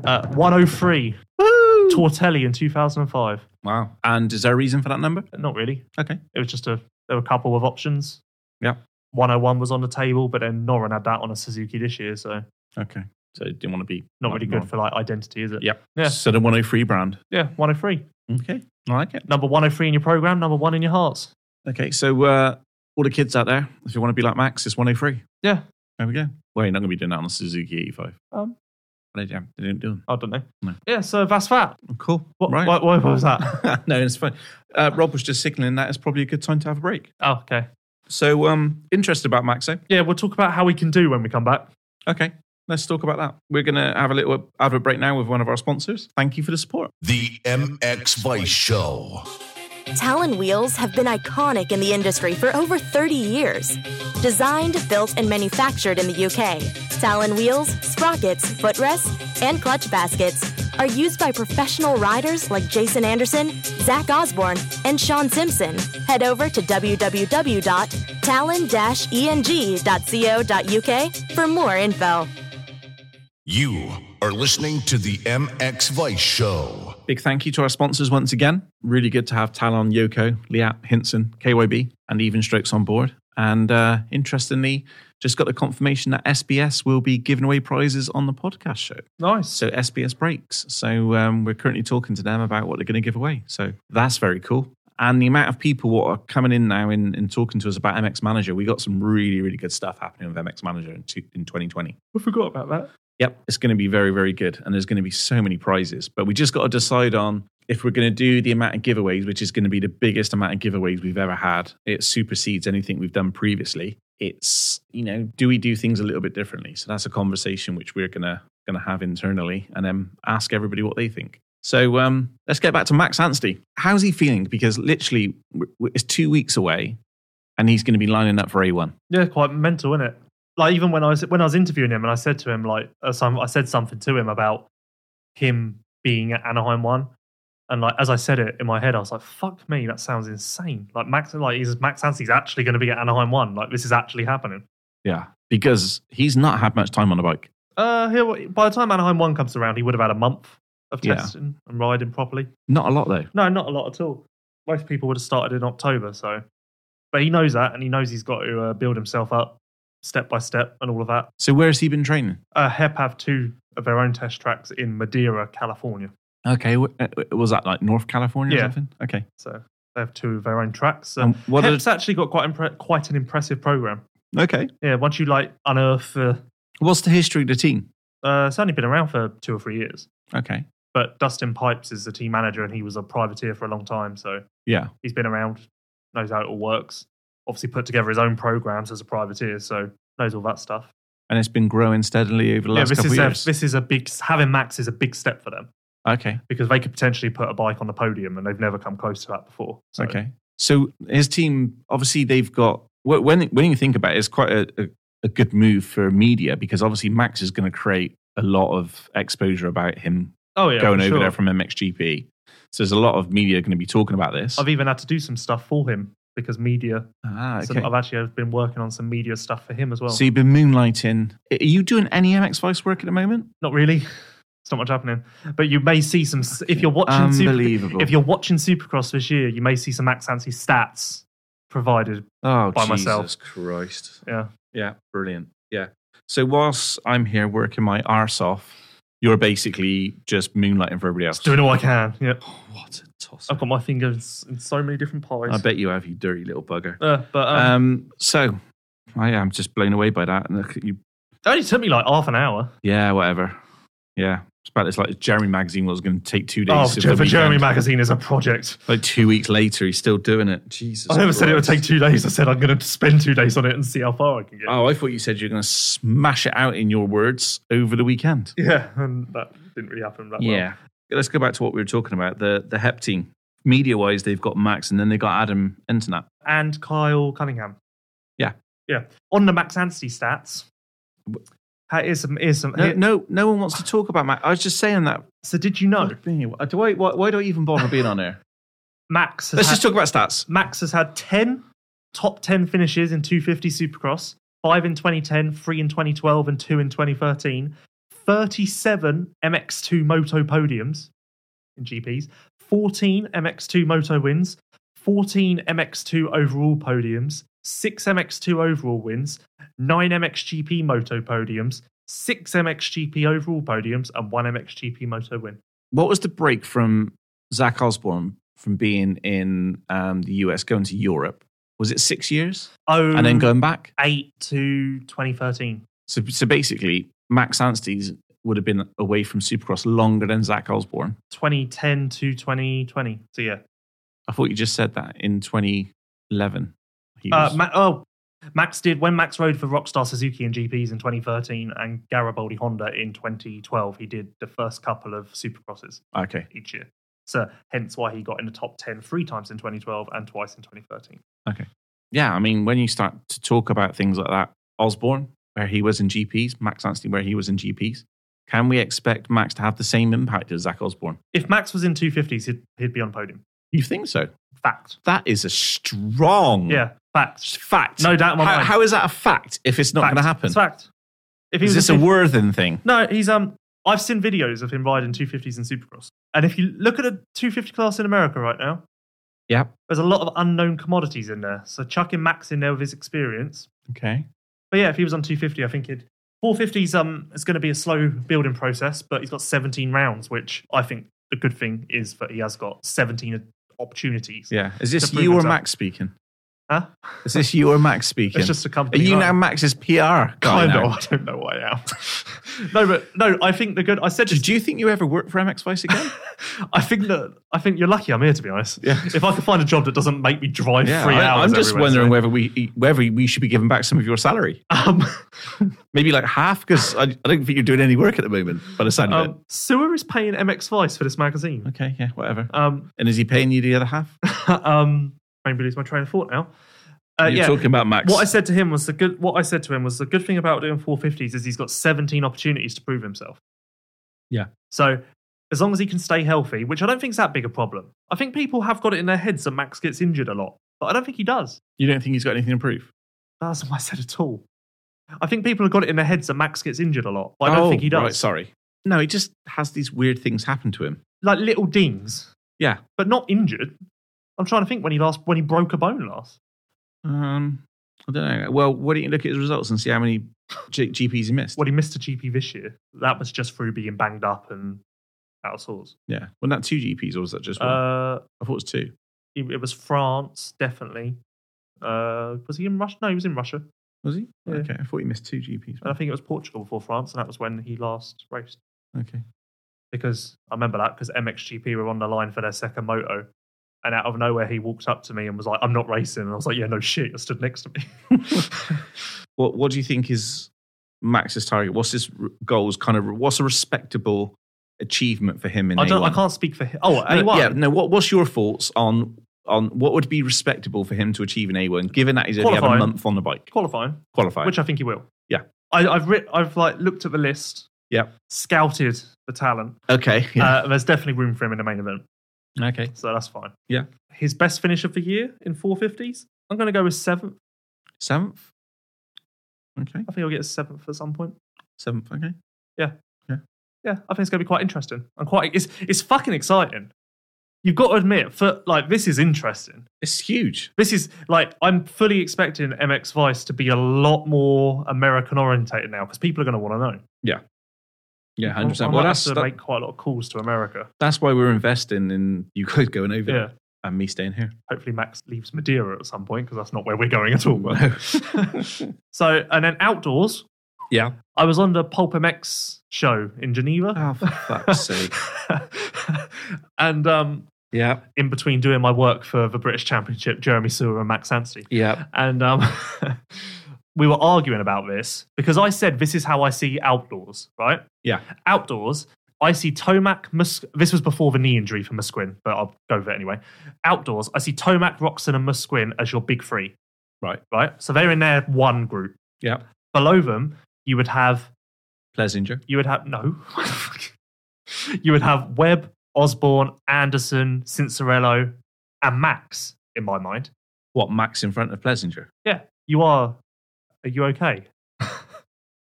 E: uh, 103
D: Woo!
E: Tortelli in 2005.
D: Wow. And is there a reason for that number?
E: Not really.
D: Okay.
E: It was just a there were a couple of options.
D: Yeah.
E: 101 was on the table, but then Norin had that on a Suzuki this year, so
D: Okay. So it didn't want to be.
E: not really good for like identity, is it?
D: Yeah.
E: Yeah.
D: So the 103 brand.
E: Yeah, 103.
D: Okay. I like it.
E: Number 103 in your program, number one in your hearts.
D: Okay. So uh, all the kids out there, if you want to be like Max, it's 103.
E: Yeah.
D: There we go. Well, you're not going to be doing that on a Suzuki E 85.
E: Um.
D: They, yeah, they didn't do them.
E: I don't know.
D: No.
E: Yeah, so that's that.
D: Cool.
E: What,
D: right.
E: what, what was that?
D: no, it's fine. Uh, Rob was just signaling that it's probably a good time to have a break.
E: oh, okay.
D: So, um, interested about Maxo.
E: Yeah, we'll talk about how we can do when we come back.
D: Okay, let's talk about that. We're going to have a little advert break now with one of our sponsors. Thank you for the support.
A: The MX Vice Show.
F: Talon wheels have been iconic in the industry for over 30 years. Designed, built, and manufactured in the UK, Talon wheels, sprockets, footrests, and clutch baskets are used by professional riders like Jason Anderson, Zach Osborne, and Sean Simpson. Head over to E www.talon-eng.co.uk for more info.
A: You are listening to the MX Vice Show.
D: Big thank you to our sponsors once again. Really good to have Talon, Yoko, Liat, Hinson, KYB, and Even Strokes on board. And uh, interestingly, just got the confirmation that SBS will be giving away prizes on the podcast show.
E: Nice.
D: So SBS breaks. So um, we're currently talking to them about what they're going to give away. So that's very cool. And the amount of people what are coming in now and, and talking to us about MX Manager, we got some really, really good stuff happening with MX Manager in, two, in 2020.
E: I forgot about that.
D: Yep, it's going to be very, very good. And there's going to be so many prizes. But we just got to decide on if we're going to do the amount of giveaways, which is going to be the biggest amount of giveaways we've ever had. It supersedes anything we've done previously. It's, you know, do we do things a little bit differently? So that's a conversation which we're going to going to have internally and then ask everybody what they think. So um, let's get back to Max Anstey. How's he feeling? Because literally, w- w- it's two weeks away and he's going to be lining up for A1.
E: Yeah, quite mental, isn't it? Like even when I was when I was interviewing him, and I said to him like uh, some, I said something to him about him being at Anaheim one, and like as I said it in my head, I was like, "Fuck me, that sounds insane!" Like Max, like he's Max Hansen's actually going to be at Anaheim one. Like this is actually happening.
D: Yeah. Because he's not had much time on the bike.
E: Uh, here by the time Anaheim one comes around, he would have had a month of
D: Yeah.
E: testing and riding properly.
D: Not a lot, though.
E: No, not a lot at all. Most people would have started in October, so. But he knows that, and he knows he's got to uh, build himself up step by step and all of that.
D: So where has he been training?
E: uh, HEP have two of their own test tracks in Madeira, California.
D: Okay, w- uh, was that like North California
E: Yeah.
D: or something? Okay.
E: So they have two of their own tracks. So
D: Um, what are-
E: HEP's actually got quite impre- quite an impressive program.
D: Okay.
E: Yeah, once you like unearth, uh,
D: What's the history of the team?
E: uh, it's only been around for two or three years.
D: Okay.
E: But Dustin Pipes is the team manager and he was a privateer for a long time. So
D: Yeah.
E: he's been around, knows how it all works. Obviously, put together his own programs as a privateer, so knows all that stuff.
D: And it's been growing steadily over the
E: yeah,
D: last
E: this
D: couple
E: is
D: of
E: a,
D: years.
E: this is a big having Max is a big step for them
D: okay.
E: because they could potentially put a bike on the podium and they've never come close to that before. So
D: Okay. So his team, obviously, they've got wh- when when you think about it, it's quite a, a, a good move for media because obviously Max is going to create a lot of exposure about him
E: Oh yeah,
D: going
E: for
D: over
E: sure.
D: there from MXGP. So there's a lot of media going to be talking about this.
E: I've even had to do some stuff for him because media.
D: ah,
E: so
D: okay.
E: I've actually been working on some media stuff for him as well.
D: So you've been moonlighting. Are you doing any MX Vice work at the moment?
E: not really. It's not much happening, but you may see some s- if you're watching. Super,
D: Unbelievable.
E: if you're watching Supercross this year, you may see some Max Ansi stats provided.
D: oh,
E: by
D: Jesus
E: myself.
D: Christ.
E: Yeah,
D: Yeah, brilliant. Yeah. So whilst I'm here working my arse off, you're basically just moonlighting for everybody else. Oh,
E: doing all I can. Yeah,
D: What a toss.
E: I've got my fingers in so many different pies.
D: I bet you have, you dirty little bugger.
E: Uh, but um,
D: Um, so I am just blown away by that. And look at you,
E: It only took me like half an hour.
D: yeah, whatever. Yeah, it's about it's like Jeremy magazine was going to take two days.
E: Oh,
D: of the
E: for Jeremy
D: weekend.
E: magazine is a project.
D: Like two weeks later, he's still doing it. Jesus,
E: I never said it would take
D: Christ.
E: two days. I said I'm going to spend two days on it and see how far I can get.
D: Oh, I thought you said you're going to smash it out in your words over the weekend.
E: Yeah, and that didn't really happen that well.
D: Yeah. Let's go back to what we were talking about. The the Hep team. Media wise, they've got Max and then they got Adam Entenat.
E: And Kyle Cunningham.
D: Yeah.
E: Yeah. On the Max Anstey stats, ha- here's some. Here's some
D: No,
E: here-
D: no, no one wants to talk about Max. I was just saying that.
E: So did you know
D: Do I, why, why do I even bother being on there?
E: Max has
D: Let's
E: had,
D: just talk about stats.
E: Max has had 10 top 10 finishes in 250 Supercross, 5 in 2010, 3 in 2012, and 2 in 2013, 37 MX2 moto podiums in GPs, 14 MX2 moto wins, 14 MX2 overall podiums, 6 MX2 overall wins, 9 MXGP moto podiums, 6 MXGP overall podiums, and 1 MXGP moto win.
D: What was the break from Zach Osborne from being in um, the US going to Europe? Was it six years
E: Oh,
D: and then going back?
E: 8 to 2013.
D: So, so basically, Max Anstey's would have been away from Supercross longer than Zach Osborne.
E: 2010 to 2020. So yeah,
D: I thought you just said that in 2011. He
E: uh,
D: was-
E: Ma- oh, Max did when Max rode for Rockstar Suzuki and GPs in 2013 and Garibaldi Honda in 2012. He did the first couple of Supercrosses
D: okay,
E: each year, so hence why he got in the top 10 three times in 2012 and twice in 2013.
D: yeah, I mean, when you start to talk about things like that, Osborne, where he was in GPs, Max Anstey, where he was in GPs, can we expect Max to have the same impact as Zach Osborne?
E: If Max was in 250s, he'd, he'd be on podium.
D: You think so?
E: Fact.
D: That is a strong
E: Yeah, fact.
D: fact.
E: No doubt in my
D: How-
E: mind.
D: how is that a fact if it's not
E: Fact.
D: going to happen?
E: It's fact. If he
D: Is
E: was
D: this a
E: in 250s
D: Worthing thing?
E: No, he's um. I've seen videos of him riding 250s in Supercross, and if you look at a 250 class in America right now,
D: Yep.
E: there's a lot of unknown commodities in there. So chucking Max in there with his experience,
D: Okay.
E: but yeah, if he was on 250, I think it 450s um it's going to be a slow building process, but he's got 17 rounds, which I think the good thing is that he has got 17 opportunities.
D: Yeah. Is
E: To
D: this
E: prove
D: you or
E: himself.
D: Max speaking?
E: Huh?
D: Is this you or Max speaking?
E: It's just a
D: Are
E: company.
D: you
E: right?
D: now Max's PR guy?
E: Kind of.
D: now?
E: I don't know why I am. no, but no, I think the good. I said this
D: Did you think you ever worked for MX Vice again?
E: I think that I think you're lucky I'm here to be honest. If I could find a job that doesn't make me drive three
D: I,
E: hours,
D: am just
E: every
D: wondering whether
E: Wednesday.
D: we whether we should be giving back some of your salary,
E: Um,
D: maybe like half, because I, I don't think you're doing any work at the moment. By the sound of
E: um, Sewer is paying MX Vice for this magazine.
D: it. Okay, yeah, whatever.
E: Um,
D: Uh, And is he paying you the other half?
E: um, I'm going to lose my train of thought now. Uh,
D: you're
E: yeah.
D: talking about Max.
E: What I said to him was the good. What I said to him was the good thing about doing 450s is he's got 17 opportunities to prove himself.
D: Yeah.
E: So as long as he can stay healthy, which I don't think is that big a problem. I think people have got it in their heads that Max gets injured a lot, but I don't think he does.
D: you don't think he's got anything to prove?
E: That's not what I said at all. I think people have got it in their heads that Max gets injured a lot, but I don't
D: Oh,
E: think he does.
D: Right, sorry. No, he just has these weird things happen to him.
E: Like little dings,
D: Yeah.
E: but not injured. I'm trying to think when he last when he broke a bone last.
D: Um, I don't know. Well, why don't you look at his results and see how many G- GPs he missed?
E: Well, he missed a GP this year. That was just through being banged up and out of sorts.
D: Yeah. Wasn't that two GPs or was that just one?
E: Uh,
D: I thought it was two.
E: it, it was France, definitely. Uh, was he in Russia? No, he was in Russia,
D: Was he?
E: yeah. Uh,
D: Okay. I thought he missed two GPs.
E: and I think it was Portugal before France, and that was when he last raced.
D: Okay.
E: because I remember that because MXGP were on the line for their second moto. And out of nowhere, he walked up to me and was like, I'm not racing. And I was like, Yeah, no shit, you're stood next to me.
D: What What do you think is Max's target? What's his r- goals? Kind of what's a respectable achievement for him in
E: I, don't, I
D: A1?
E: can't speak for him. Oh,
D: No,
E: anyone?
D: Yeah, no. What, what's your thoughts on on what would be respectable for him to achieve in A1, given that he's only had a
E: Qualifying.
D: month on the bike,
E: Qualifying,
D: qualifying?
E: which I think he will.
D: Yeah.
E: I, I've, writ I've like looked at the list,
D: Yep.
E: scouted the talent.
D: okay, yeah.
E: Uh, there's definitely room for him in the main event. Uh,
D: okay.
E: So that's fine.
D: Yeah.
E: His best finish of the year in 450s. I'm going to go with seventh.
D: Seventh. Okay,
E: I think he'll get a seventh at some point.
D: seventh. Okay.
E: Yeah, I think it's going to be quite interesting. I'm quite. It's it's fucking exciting. You've got to admit, for like this is interesting.
D: It's huge.
E: This is like I'm fully expecting MX Vice to be a lot more American orientated now because people are going to want to know.
D: Yeah, hundred
E: I
D: percent.
E: might
D: Well,
E: have
D: that's
E: to
D: that-
E: make quite a lot of calls to America.
D: that's why we're investing in you guys going over
E: Yeah.
D: there and me staying here.
E: Hopefully, Max leaves Madeira at some point because that's not where we're going at all. But. so, and then outdoors,
D: yeah.
E: I was on the Pulp MX show in Geneva.
D: Oh, for fuck's sake.
E: and um,
D: Yeah.
E: in between doing my work for the British Championship, Jeremy Sewer and Max Anstey.
D: Yeah.
E: And um, we were arguing about this because I said, This is how I see outdoors, right?
D: Yeah.
E: Outdoors, I see Tomac. Mus- this was before the knee injury for Musquin, but I'll go with it anyway. Outdoors, I see Tomac, Roxon, and Musquin as your big three.
D: Right.
E: Right. So they're in their one group.
D: Yeah.
E: Below them, you would have
D: Plesinger.
E: you would have no. you would have Webb, Osborne, Anderson, Cincerello, and Max. In my mind,
D: What, Max in front of Plesinger?
E: yeah, you are. Are you okay? of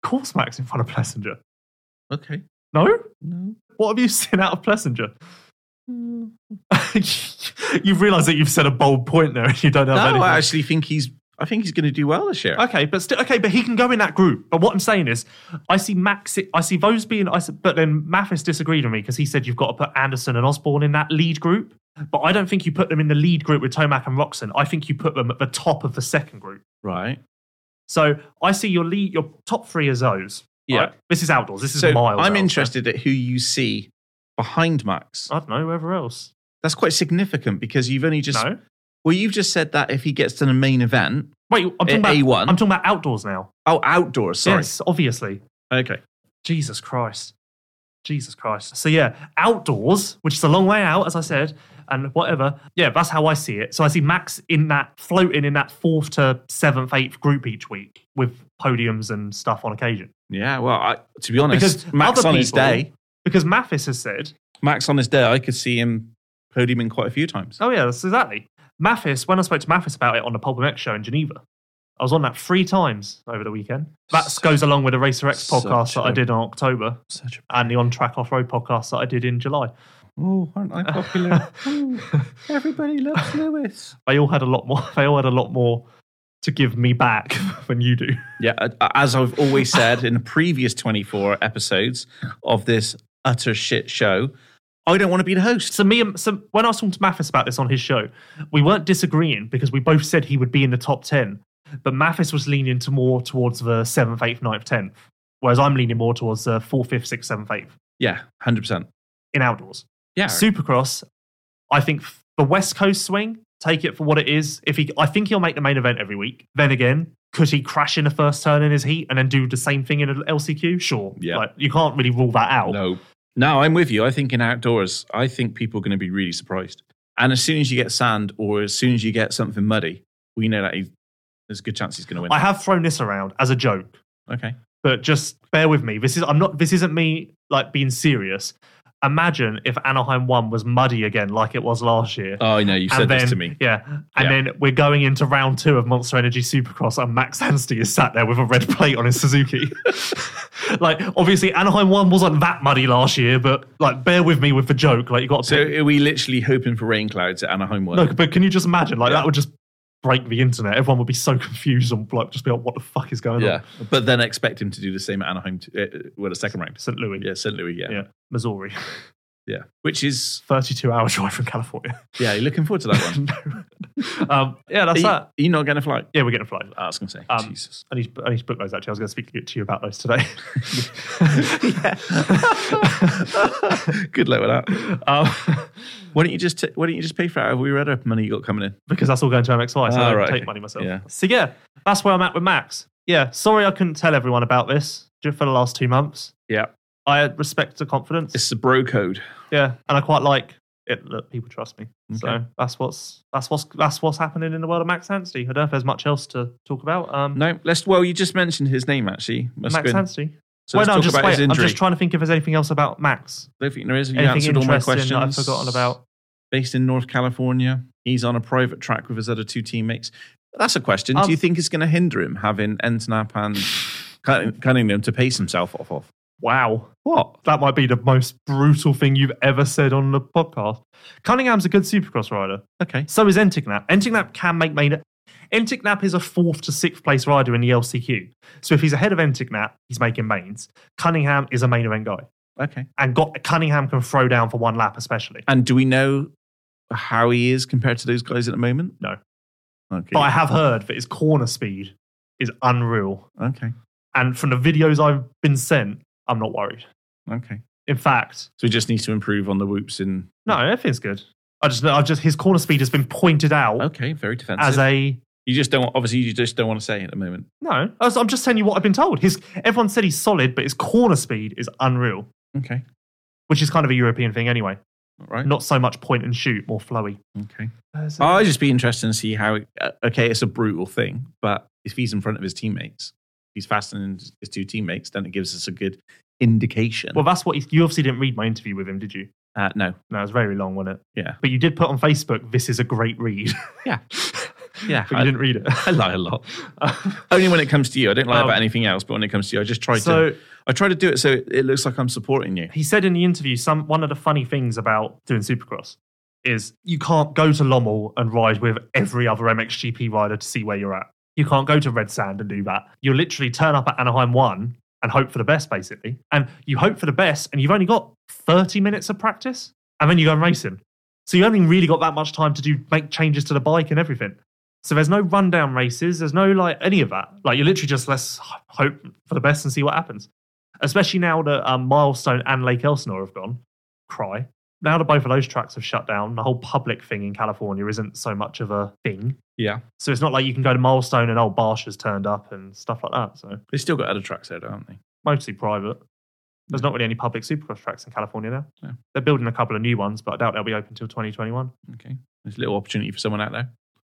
E: course, Max in front of Plessinger.
D: Okay.
E: No,
D: No. Mm.
E: what have you seen out of Plessinger? you've realised that you've said a bold point there, and you don't have
D: no,
E: anything.
D: I actually think he's, I think he's going to do well this year.
E: Okay, but still, okay, but he can go in that group. But what I'm saying is, I see Max, I see those being, I see, but then Mathis disagreed with me because he said you've got to put Anderson and Osborne in that lead group. But I don't think you put them in the lead group with Tomac and Roxon. I think you put them at the top of the second group.
D: Right.
E: So I see your lead, your top three as those.
D: Yeah.
E: right? This is outdoors. This is
D: So
E: miles.
D: I'm
E: out.
D: interested at who you see behind Max.
E: I don't know, wherever else.
D: That's quite significant because you've only just,
E: no.
D: well, you've just said that if he gets to the main event,
E: Wait, I'm talking,
D: A-
E: about,
D: A1.
E: I'm talking about outdoors now.
D: oh, outdoors, sorry.
E: Yes, obviously.
D: Okay.
E: Jesus Christ. Jesus Christ. So yeah, outdoors, which is a long way out, as I said, and whatever. Yeah, that's how I see it. So I see Max in that floating in that fourth to seventh, eighth group each week with podiums and stuff on occasion.
D: Yeah. Well, I, to be honest,
E: Because
D: Max
E: other
D: on his
E: people-
D: day,
E: Because Mathis has said,
D: Max on his day, I could see him podiuming quite a few times.
E: oh yeah, that's exactly. Mathis, when I spoke to Mathis about it on the Pulp X show in Geneva, I was on that three times over the weekend. That
D: Such-
E: goes along with the Racer X podcast
D: such
E: that I
D: a-
E: did in October
D: Such a
E: and the On Track Off Road podcast that I did in July.
D: Oh, aren't I popular? Oh, everybody loves Lewis.
E: they all had a lot more they all had a lot more to give me back than you do
D: Yeah, uh, as I've always said in the previous 24 episodes of this utter shit show, I don't want to be the host.
E: so me and so when i was talking to mathis about this on his show we weren't disagreeing because we both said he would be in the top 10 but mathis was leaning to more towards the 7th 8th 9th 10th whereas i'm leaning more towards the 4th 5th 6th 7th 8th
D: Yeah, 100%.
E: in outdoors
D: Yeah.
E: supercross i think f- the west coast swing take it for what it is if he i think he'll make the main event every week then again could he crash in the first turn in his heat and then do the same thing in an LCQ? Sure.
D: Yeah.
E: Like, you can't really rule that out.
D: no. No, I'm with you. I think in outdoors, I think people are going to be really surprised. And as soon as you get sand or as soon as you get something muddy, we know that he, there's a good chance he's going to win.
E: I have thrown this around as a joke,
D: okay.
E: but just bear with me. This is I'm not this isn't me like being serious. Imagine if Anaheim 1 was muddy again like it was last year.
D: Oh, I know. You've said
E: then,
D: this to me.
E: Yeah. And
D: Yeah.
E: then we're going into round two of Monster Energy Supercross, and Max Anstey is sat there with a red plate on his Suzuki. like, obviously, Anaheim 1 wasn't that muddy last year, but like, bear with me with the joke. Like, you got to.
D: So are we literally hoping for rain clouds at Anaheim 1?
E: no, but can you just imagine? Like,
D: Yeah.
E: that would just break the internet. Everyone would be so confused and like, just be like, what the fuck is going
D: Yeah,
E: on?
D: but then expect him to do the same at Anaheim, to, uh, well, the second round.
E: St. Louis.
D: Yeah, St. Louis. Yeah. yeah,
E: yeah. Missouri.
D: Which is
E: 32 hour drive from California.
D: yeah, you're looking forward to that one.
E: No. Um, yeah,
D: Are
E: that's
D: you,
E: that.
D: are you not going to fly?
E: Yeah, we're getting a flight.
D: I was going to say,
E: Um,
D: Jesus.
E: I need, to, I need to book those actually. I was going to speak to you about those today.
D: Good luck with that.
E: um,
D: Why don't you just t- Why don't you just pay for it? Have we read up money you got coming in?
E: because that's all going to MX Live, so
D: Ah,
E: I don't
D: right, okay.
E: take money myself.
D: Yeah.
E: So yeah, that's where I'm at with Max. Yeah, sorry I couldn't tell everyone about this just for the last two months.
D: Yeah,
E: I respect the confidence.
D: it's the bro code.
E: yeah, and I quite like it that people trust me.
D: Okay.
E: So that's what's that's what's that's what's happening in the world of Max Anstey. I don't know if there's much else to talk about. Um,
D: No, let's. Well, you just mentioned his name actually. Must have
E: Max
D: been-
E: Anstey.
D: So
E: Well,
D: let's
E: no, I'm
D: talk
E: just,
D: about his
E: wait, I'm
D: injury.
E: just trying to think if there's anything else about Max.
D: I don't think there is. You
E: Anything
D: answered all my
E: interesting
D: questions.
E: that I've forgotten about?
D: Based in North California, he's on a private track with his other two teammates. That's a question.
E: Um,
D: Do you think it's going to hinder him having Entenap and Cunning- Cunningham to pace himself off of?
E: Wow.
D: What?
E: That might be the most brutal thing you've ever said on the podcast. Cunningham's a good supercross rider.
D: Okay.
E: So is Entignap. Entignap can make main. Entignap is a fourth to sixth place rider in the LCQ. So if he's ahead of Entignap, he's making mains. Cunningham is a main event guy.
D: Okay.
E: And got Cunningham can throw down for one lap, especially.
D: And do we know how he is compared to those guys at the moment?
E: No.
D: Okay.
E: But I have heard that his corner speed is unreal.
D: Okay.
E: And from the videos I've been sent, I'm not worried.
D: Okay.
E: In fact,
D: So he just needs to improve on the whoops in.
E: no, everything's good. I just, I've just his corner speed has been pointed out
D: Okay. Very defensive.
E: as a
D: you just don't. Obviously, you just don't want to say it at the moment.
E: no. I was- I'm just telling you what I've been told. His everyone said he's solid, but his corner speed is unreal,
D: Okay.
E: which is kind of a European thing anyway.
D: All right.
E: Not so much point and shoot, more flowy.
D: Okay.
E: Uh, so-
D: I'd just be interested to see how. uh, Okay, it's a brutal thing, but if he's in front of his teammates, he's faster than his two teammates, then it gives us a good indication.
E: well, that's what he, you obviously didn't read my interview with him, did you?
D: uh, no,
E: No, it was very long, wasn't it?
D: yeah,
E: But you did put on Facebook, "This is a great read."
D: Yeah. yeah.
E: but you
D: I,
E: didn't read it.
D: I lie a lot. Only when it comes to you, I don't lie
E: Um,
D: about anything else. But when it comes to you, I just try
E: so
D: to. I try to do it so it, it looks like I'm supporting you.
E: he said in the interview, some one of the funny things about doing Supercross is you can't go to Lommel and ride with every other MXGP rider to see where you're at. You can't go to Red Sand and do that. You literally turn up at Anaheim one and hope for the best, basically. And you hope for the best, and you've only got 30 minutes of practice, and then you go and racing. So you only really got that much time to do make changes to the bike and everything. So there's no rundown races. There's no like any of that. Like you literally just let's h- hope for the best and see what happens especially now that um, Milestone and Lake Elsinore have gone, cry. Now that both of those tracks have shut down, the whole public thing in California isn't so much of a thing.
D: Yeah,
E: So it's not like you can go to Milestone and old Barsh has turned up and stuff like that. So
D: they still got other tracks there, don't they?
E: mostly private. There's not really any public supercross tracks in California now.
D: Yeah.
E: They're building a couple of new ones, but I doubt they'll be open till 2021.
D: Okay, there's a little opportunity for someone out there.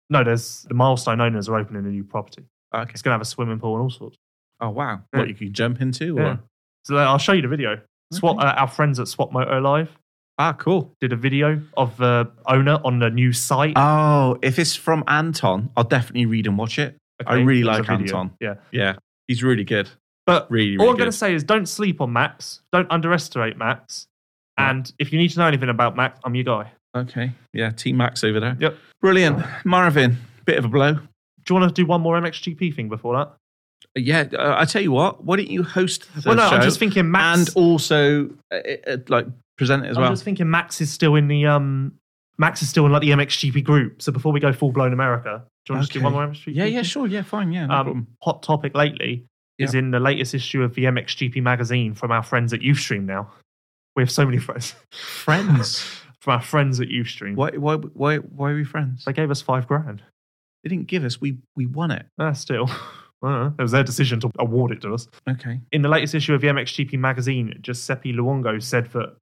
E: No, there's the Milestone owners are opening a new property.
D: Ah, Okay.
E: It's going to have a swimming pool and all sorts.
D: Oh wow, Mm.
E: Yeah.
D: what you could jump into? Or
E: Yeah. So I'll show you the video. Swap,
D: Okay.
E: uh, our friends at Swap Moto Live
D: ah, cool.
E: did a video of the owner on the new site.
D: Oh, if it's from Anton, I'll definitely read and watch it. I
E: Okay,
D: really
E: it's
D: like
E: a video.
D: Anton.
E: Yeah.
D: Yeah, he's really good.
E: But
D: Really,
E: all
D: really
E: I'm going
D: good.
E: to say is don't sleep on Max. Don't underestimate Max. And if you need to know anything about Max, I'm your guy.
D: Okay. Yeah, T Max over there.
E: Yep.
D: Brilliant. Marvin, bit of a blow.
E: Do you want to do one more MXGP thing before that?
D: Yeah, uh, I tell you what, why don't you host the
E: well, no, I'm
D: show
E: just thinking Max.
D: and also uh, uh, like present it as
E: I'm
D: well?
E: just thinking Max is still in the um. Max is still in like the MXGP group. So before we go full blown America, do you want to just do
D: Okay.
E: one more MXGP?
D: yeah, yeah,
E: thing?
D: sure. Yeah, fine. Yeah, no
E: Um,
D: problem.
E: hot topic lately is in the latest issue of the MXGP magazine from our friends at YouStream. Now we have so many friends.
D: Friends.
E: from our friends at YouStream.
D: why, why, why, why are we friends?
E: They gave us five grand.
D: they didn't give us, we, we won it.
E: Ah, still. I don't know. It was their decision to award it to us.
D: Okay.
E: In the latest issue of the MXGP magazine, Giuseppe Luongo said that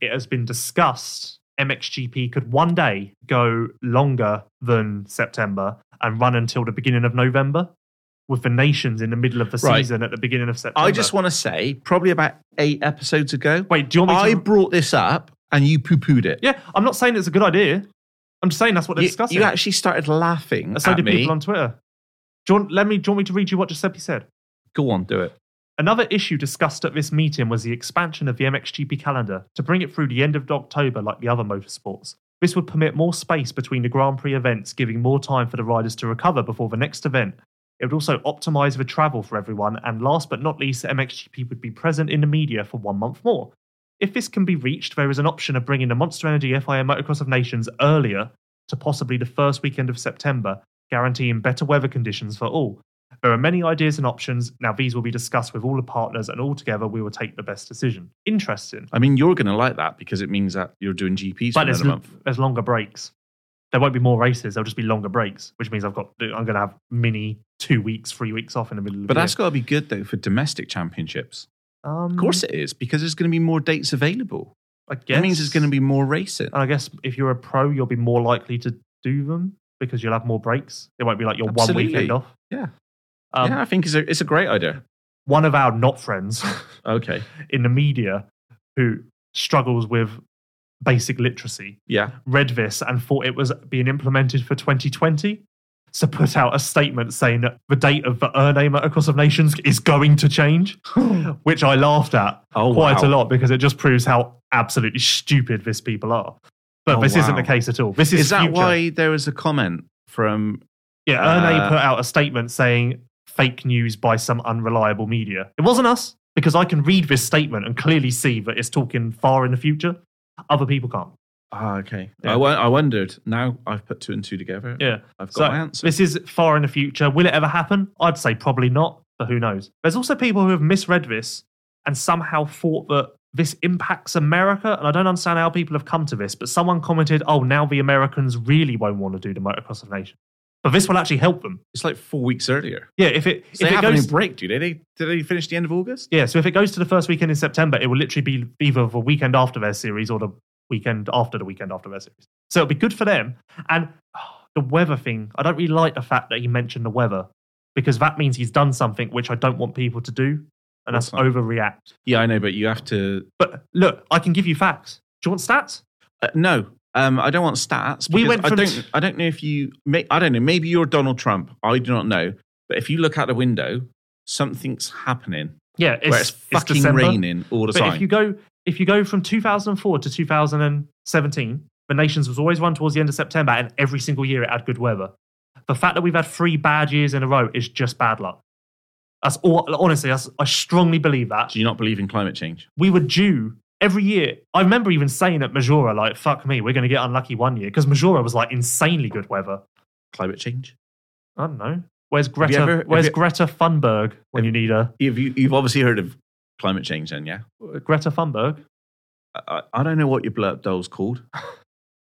E: it has been discussed MXGP could one day go longer than September and run until the beginning of November with the nations in the middle of the
D: Right.
E: season at the beginning of September.
D: I just want to say, probably about eight episodes ago,
E: Wait, do you want
D: I
E: me to.
D: brought this up and you poo pooed it.
E: yeah, I'm not saying it's a good idea. I'm just saying that's what they're
D: you,
E: discussing.
D: you actually started laughing
E: And so
D: at
E: did
D: me.
E: people on Twitter. Do you, want, let me, do you want me to read you what Giuseppe said?
D: Go on, do it.
E: Another issue discussed at this meeting was the expansion of the MXGP calendar to bring it through the end of October like the other motorsports. This would permit more space between the Grand Prix events, giving more time for the riders to recover before the next event. It would also optimise the travel for everyone, and last but not least, MXGP would be present in the media for one month more. If this can be reached, there is an option of bringing the Monster Energy FIA Motocross of Nations earlier to possibly the first weekend of September, guaranteeing better weather conditions for all. There are many ideas and options. Now, these will be discussed with all the partners, and altogether, we will take the best decision. Interesting.
D: I mean, you're going to like that because it means that you're doing GPs for
E: But
D: another
E: there's,
D: month.
E: there's longer breaks. There won't be more races. There'll just be longer breaks, which means I've got I'm going to have mini two weeks, three weeks off in the middle of
D: But
E: the
D: that's got to be good though for domestic championships.
E: year. Um,
D: Of course it is because there's going to be more dates available.
E: I guess
D: That means there's going to be more racing.
E: And I guess if you're a pro, you'll be more likely to do them because you'll have more breaks. It won't be like your
D: Absolutely.
E: one weekend off.
D: Yeah.
E: Um,
D: yeah, I think it's a, it's a great idea.
E: One of our not friends
D: Okay.
E: in the media who struggles with basic literacy
D: Yeah.
E: read this and thought it was being implemented for 2020. So put out a statement saying that the date of the Ername Across of Nations is going to change, which I laughed at
D: Oh,
E: quite
D: wow.
E: a lot because it just proves how absolutely stupid these people are. But
D: Oh,
E: this isn't
D: wow.
E: the case at all. This is,
D: Is that
E: future.
D: why there was a comment from
E: Yeah, Erne
D: Uh,
E: put out a statement saying fake news by some unreliable media. It wasn't us because I can read this statement and clearly see that it's talking far in the future. Other people can't.
D: Ah, okay. I
E: Yeah.
D: I, w- I wondered. Now I've put two and two together.
E: Yeah.
D: I've got
E: So
D: my answer.
E: this is far in the future. Will it ever happen? I'd say probably not, but who knows? There's also people who have misread this and somehow thought that this impacts America, and I don't understand how people have come to this. But someone commented, "Oh, now the Americans really won't want to do the motocross of nations, but this will actually help them."
D: It's like four weeks earlier.
E: Yeah, if it
D: So
E: if
D: they
E: it
D: have any
E: goes
D: break, do they? they? Did they finish the end of August?
E: Yeah, so if it goes to the first weekend in September, it will literally be either the weekend after their series or the weekend after the weekend after their series. So it'll be good for them. And oh, the weather thing, I don't really like the fact that he mentioned the weather because that means he's done something which I don't want people to do, and that's
D: What's that?
E: overreact.
D: Yeah, I know, but you have to.
E: But look, I can give you facts. Do you want stats?
D: Uh, no, um, I don't want stats.
E: We
D: because
E: went
D: I
E: from-
D: don't. I don't know if you. May, I don't know. Maybe you're Donald Trump. I do not know. But if you look out the window, something's happening.
E: Yeah,
D: where it's fucking raining all the
E: But
D: time.
E: if you go if you go from 2004 to 2017, the nations was always run towards the end of September, and every single year it had good weather. The fact that we've had three bad years in a row is just bad luck. That's all. Honestly, that's, I strongly believe that
D: do you not believe in climate change?
E: we were due every year. I remember even saying at Majora, like, "Fuck me, we're going to get unlucky one year," because Majora was like insanely good weather.
D: Climate change.
E: I don't know. Where's Greta?
D: ever- have
E: where's
D: you-
E: Greta Thunberg when you need her?
D: You've, you, you've obviously heard of climate change, then, yeah.
E: Greta Thunberg?
D: I, I I don't know what your blurb doll's called.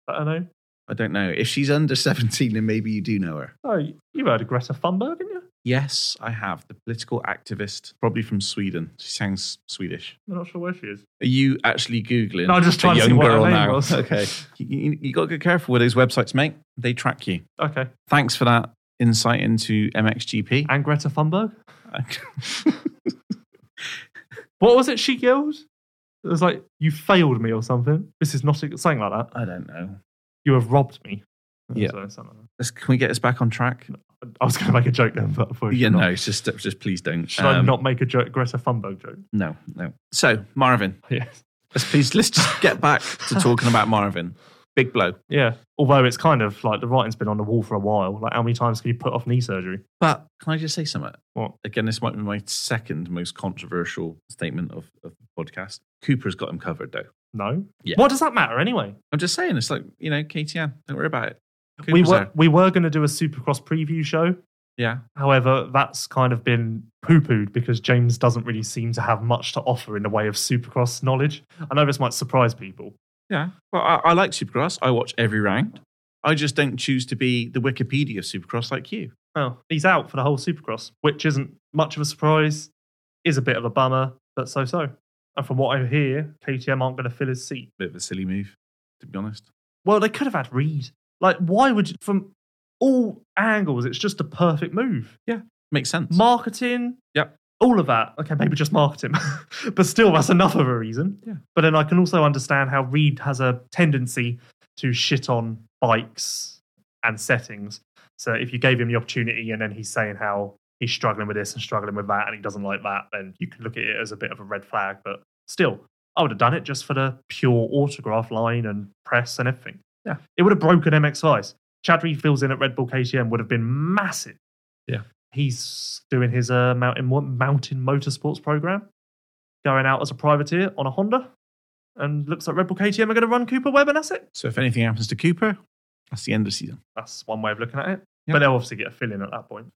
E: I don't know.
D: I don't know. If she's under seventeen, then maybe you do know her.
E: Oh, you- you heard of Greta Thunberg, didn't you?
D: Yes, I have. The political activist, probably from Sweden. She sounds Swedish.
E: I'm not sure where she is.
D: Are you actually Googling
E: No, I'm just
D: a
E: trying to
D: young
E: see what her
D: girl
E: name
D: now?
E: was.
D: Okay. You, got to get careful with those websites, mate. They track you.
E: Okay.
D: Thanks for that insight into MXGP.
E: And Greta Thunberg? What was it she yelled? It was like, you failed me or something. This is not a, something like that.
D: I don't know.
E: You have robbed me.
D: Yeah.
E: So, something like
D: Let's, can we get us back on track?
E: that. I was going to make a joke then, but I thought I
D: Yeah,
E: should not.
D: no, it's just, just please don't.
E: Should I
D: Um,
E: not make a joke, Greta Thunberg joke?
D: No, no. So, Marvin,
E: Yes.
D: let's please let's just get back to talking about Marvin. Big blow.
E: Yeah. Although it's kind of like the writing's been on the wall for a while. Like, how many times can you put off knee surgery?
D: But can I just say something?
E: What?
D: Again, this might be my second most controversial statement of, of the podcast. Cooper's got him covered, though.
E: No.
D: Yeah.
E: What does that matter anyway?
D: I'm just saying, it's like, you know, KTM, don't worry about it. Cooper's
E: We were,
D: there.
E: we were going to do a supercross preview show,
D: Yeah.
E: However, that's kind of been poo pooed because James doesn't really seem to have much to offer in the way of supercross knowledge. I know this might surprise people.
D: Yeah. Well, I, I like Supercross. I watch every round. I just don't choose to be the Wikipedia of Supercross like you.
E: Well, he's out for the whole supercross, which isn't much of a surprise, is a bit of a bummer, but so so. And from what I hear, KTM aren't going to fill his seat.
D: Bit of a silly move, to be honest.
E: Well, they could have had Reed. Like, why would you, from all angles, it's just the perfect move.
D: Makes sense.
E: marketing.
D: Yep.
E: All of that. Okay, maybe just marketing. but still, that's enough of a reason.
D: Yeah.
E: But then I can also understand how Reed has a tendency to shit on bikes and settings. So if you gave him the opportunity and then he's saying how he's struggling with this and struggling with that and he doesn't like that, then you can look at it as a bit of a red flag. But still, I would have done it just for the pure autograph line and press and everything.
D: Yeah.
E: It would have broken MX Vice. Chad Reed fills in at Red Bull KTM would have been massive he's doing his uh, mountain mo- mountain motorsports program, going out as a privateer on a Honda, and looks like Red Bull KTM are going to run Cooper Webb, and that's it.
D: so if anything happens to Cooper, That's the end of the season.
E: That's one way of looking at it.
D: Yeah.
E: But they'll obviously get a fill in at that point.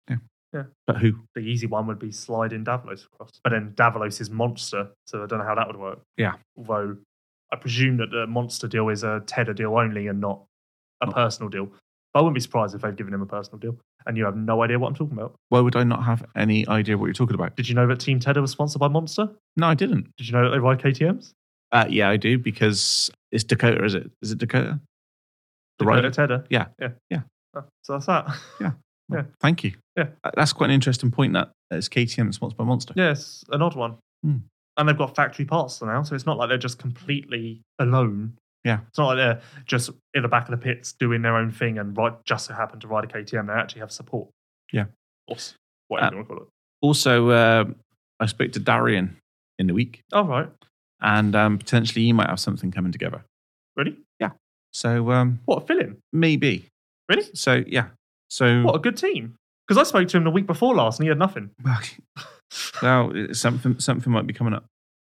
D: But who?
E: The easy one would be sliding Davalos across. But then Davalos is monster, so I don't know how that would work.
D: Yeah.
E: Although I presume that the monster deal is a Tedder deal only and not a
D: Not-
E: personal deal. But I wouldn't be surprised if they've given him a personal deal. And you have no idea what I'm talking about.
D: Why would I not have any idea what you're talking about?
E: Did you know that Team Tedder was sponsored by Monster?
D: No, I didn't.
E: Did you know that they ride KTM's?
D: Uh, yeah, I do because it's Dakota, is it? Is it Dakota? The
E: Dakota
D: rider?
E: Tedder?
D: Yeah.
E: Yeah.
D: Yeah.
E: Oh, So that's that.
D: Yeah.
E: Yeah.
D: Thank you.
E: Yeah.
D: Uh, That's quite an interesting point that it's KTM that's sponsored by Monster.
E: Yes, an odd one.
D: Hmm.
E: And they've got factory parts now, so it's not like they're just completely alone.
D: Yeah.
E: It's not like they're just in the back of the pits doing their own thing and right, just so happen to ride a KTM. They actually have support.
D: Yeah.
E: Or s- whatever
D: Uh,
E: you want to call it.
D: Also, uh, I spoke to Darian in the week
E: All right.
D: and um, potentially he might have something coming together.
E: Ready?
D: So um,
E: What a fill-in.
D: maybe.
E: Really?
D: So, yeah. So,
E: What a good team. Because I spoke to him the week before last and he had nothing.
D: well, well, it's something, something might be coming up.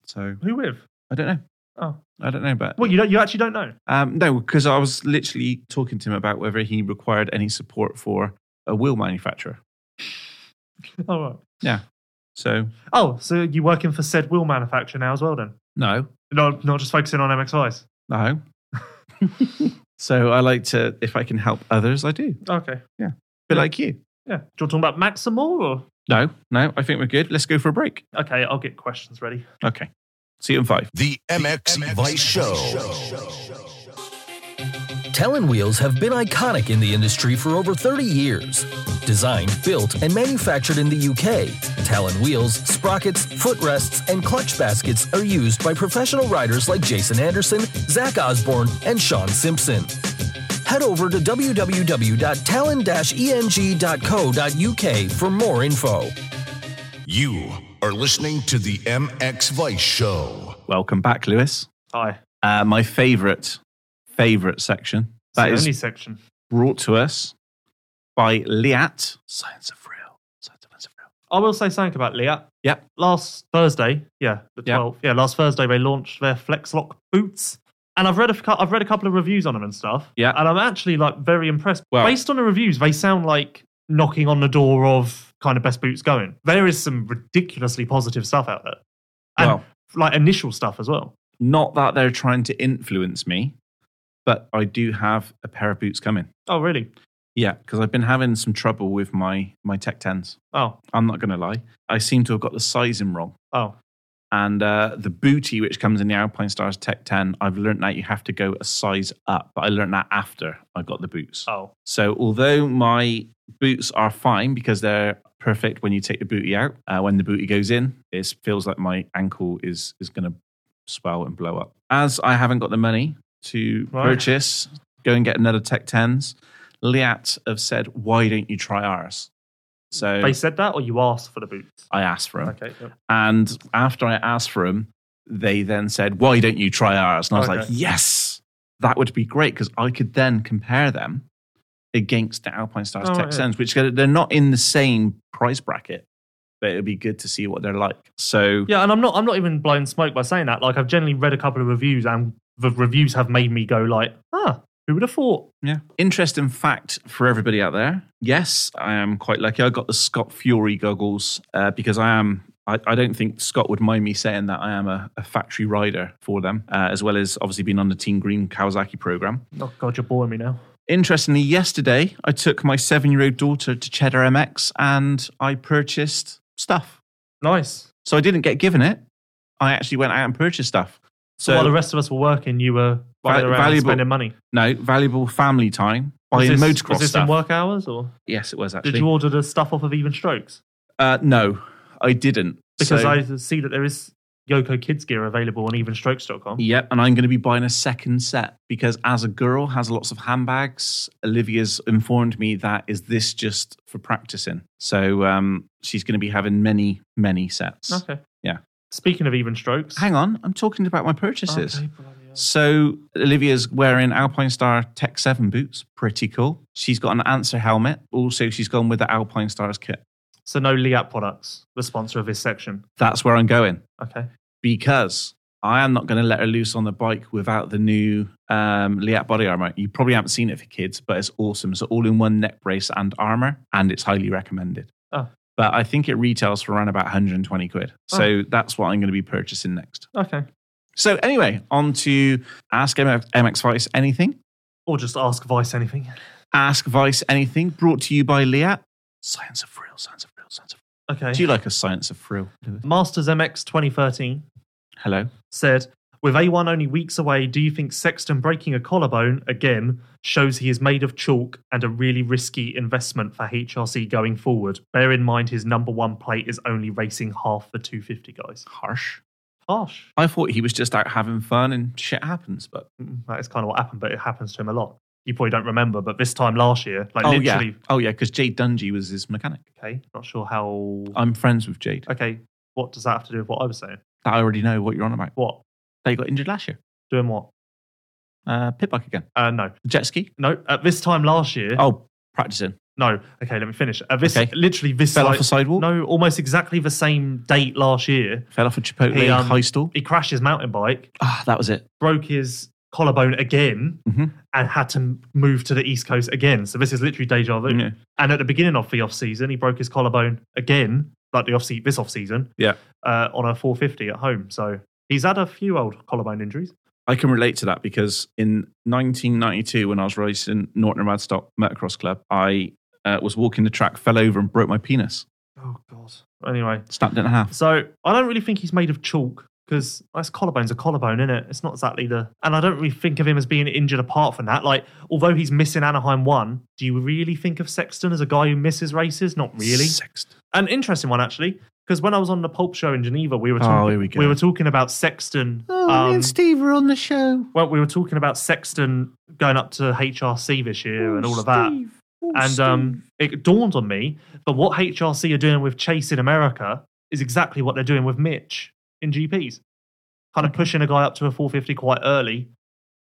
D: So,
E: Who with?
D: I don't know.
E: Oh.
D: I don't know, but
E: Well, you, don't, you actually don't know.
D: Um, no, because I was literally talking to him about whether he required any support for a wheel manufacturer.
E: All right.
D: So,
E: Oh, so you're working for said wheel manufacturer now as well then?
D: no,
E: No, not just focusing on MXIs.
D: no. so I like to, if I can help others, I do.
E: Okay.
D: But
E: Yeah.
D: like you.
E: Yeah. Do you want to talk about Max some more or?
D: No, no, I think we're good. Let's go for a break.
E: Okay, I'll get questions ready.
D: Okay. See you in five.
A: The MX Vice Show.
G: Talon wheels have been iconic in the industry for over 30 years. Designed, built, and manufactured in the UK, Talon wheels, sprockets, footrests, and clutch baskets are used by professional riders like Jason Anderson, Zach Osborne, and Sean Simpson. Head over to E www.talon-eng.co.uk for more info.
A: You are listening to the MX Vice Show.
D: Welcome back, Lewis.
E: Hi.
D: Uh, my favorite, favorite section
E: That
D: that
E: the
D: is
E: only section.
D: brought to us by Liat. Science of Real. Science of Real.
E: I will say something about Liat.
D: Yep.
E: Last Thursday, yeah, the
D: Yep.
E: twelfth. Yeah, last Thursday they launched their FlexLock boots, and I've read a, cou- I've read a couple of reviews on them and stuff.
D: Yeah.
E: and I'm actually like very impressed.
D: Well-
E: Based on the reviews, they sound like knocking on the door of kind of best boots going. There is some ridiculously positive stuff out there, and
D: Well-
E: like initial stuff as well.
D: Not that they're trying to influence me, but I do have a pair of boots coming.
E: Oh, really?
D: Yeah, because I've been having some trouble with my my Tech Tens.
E: Oh,
D: I'm not going to lie. I seem to have got the sizing wrong.
E: oh,
D: And uh, the booty, which comes in the Alpine Stars Tech 10, I've learned that you have to go a size up, but I learned that after I got the boots.
E: oh.
D: So, although my boots are fine because they're perfect when you take the booty out, uh, when the booty goes in, it feels like my ankle is is going to swell and blow up. As I haven't got the money to
E: Right.
D: purchase, go and get another Tech Tens. Liat have said, "Why don't you try ours?" So
E: They said that, or you asked for the boots?
D: I asked for them,
E: Okay. yep.
D: and after I asked for them, they then said, "Why don't you try ours?" And I was
E: Okay.
D: like, "Yes, that would be great because I could then compare them." against the Alpine Stars
E: Oh,
D: Tech
E: yeah.
D: Sens, which they're they're not in the same price bracket, but it'd be good to see what they're like. So
E: Yeah, and I'm not I'm not even blowing smoke by saying that. Like I've generally read a couple of reviews and the reviews have made me go like, ah, who would have thought?
D: Yeah. Interesting fact for everybody out there. Yes, I am quite lucky. I got the Scott Fury goggles uh, because I am. I, I don't think Scott would mind me saying that I am a, a factory rider for them, uh, as well as obviously being on the Team Green Kawasaki program.
E: Oh god, you're boring me now.
D: Interestingly, yesterday I took my seven-year-old daughter to Cheddar MX and I purchased stuff.
E: Nice.
D: So I didn't get given it. I actually went out and purchased stuff.
E: So,
D: So
E: while the rest of us were working, you were running
D: Val-
E: around
D: valuable-
E: spending money.
D: no valuable family time
E: Was
D: buying
E: this,
D: motocross
E: was this
D: stuff.
E: in work hours or
D: Yes, it was actually.
E: did you order the stuff off of Even Strokes?
D: Uh, no, I didn't.
E: Because
D: So-
E: I see that there is Yoko Kids gear available on evenstrokes.com.
D: Yep, and I'm going to be buying a second set because as a girl has lots of handbags. Olivia's informed me that is this just for practicing. So um, she's going to be having many, many sets.
E: Okay.
D: Yeah.
E: Speaking of Even Strokes.
D: Hang on, I'm talking about my purchases.
E: Okay, bloody hell.
D: So Olivia's wearing Alpine Star Tech 7 boots. Pretty cool. She's got an answer helmet. Also, she's gone with the Alpine Stars kit.
E: So no Liat products, the sponsor of this section.
D: That's where I'm going
E: Okay.
D: because I am not going to let her loose on the bike without the new um, Liat body armor. You probably haven't seen it for kids, but it's awesome. It's all in one neck brace and armor, and it's highly recommended.
E: Oh.
D: But I think it retails for around about 120 quid.
E: Oh.
D: So that's what I'm going to be purchasing next.
E: Okay.
D: So, anyway, on to Ask MX, MX Vice Anything.
E: Or just ask Vice anything.
D: Ask Vice Anything, brought to you by Liat. Science of Thrill, Science of Thrill, Science of
E: Okay.
D: Thrill. Do you like a Science of Thrill? Lewis?
E: Masters MX 2013
D: Hello.
E: said, with A1 only weeks away, do you think Sexton breaking a collarbone again shows he is made of chalk and a really risky investment for HRC going forward? Bear in mind his number one plate is only racing half for 250 guys.
D: Harsh.
E: Harsh.
D: I thought he was just out having fun and shit happens, but
E: Mm, That is kind of what happened, but it happens to him a lot. You probably don't remember, but this time last year, like
D: oh yeah,
E: literally,
D: oh yeah, because Jade Dungy was his mechanic.
E: okay, not sure how.
D: I'm friends with Jade.
E: okay, what does that have to do with what I was saying?
D: I already know what you're on about.
E: What?
D: They got injured last year.
E: Doing what?
D: Uh, pit bike again.
E: Uh, no,
D: Jet ski.
E: no. At this time last year,
D: Oh, practicing.
E: no. Okay, let me finish. At this,
D: Okay.
E: literally this
D: Fell
E: like-
D: off a sidewalk.
E: No, almost exactly the same date last year.
D: Fell off a Chipotle
E: He, um,
D: high stall.
E: He crashed his mountain bike,
D: Ah, that was it.
E: broke his collarbone again,
D: Mhm.
E: and had to move to the East Coast again. So this is literally deja vu.
D: Yeah.
E: And at the beginning of the off season, he broke his collarbone again, like the off se- this off season.
D: Yeah.
E: uh, on a 450 at home. So he's had a few old collarbone injuries.
D: I can relate to that because in 1992, when I was racing Norton and Radstock Motocross Club, I uh, was walking the track, fell over, and broke my penis.
E: Oh god. Anyway,
D: Snapped it in half.
E: so I don't really think he's made of chalk because that's collarbone's a collarbone, is it? It's not exactly the. And I don't really think of him as being injured apart from that. Like, although he's missing Anaheim one, do you really think of Sexton as a guy who misses races? Not really.
D: Sexed.
E: An interesting one actually, because when I was on the Pulp Show in Geneva, we were
D: Oh,
E: talking,
D: here we go.
E: were talking about Sexton. um,
D: Oh, Steve were on the show.
E: well, we were talking about Sexton going up to HRC this year and all of that. and um, it dawned on me that what HRC are doing with Chase in America is exactly what they're doing with Mitch in GPs, kind of pushing a guy up to a 450 quite early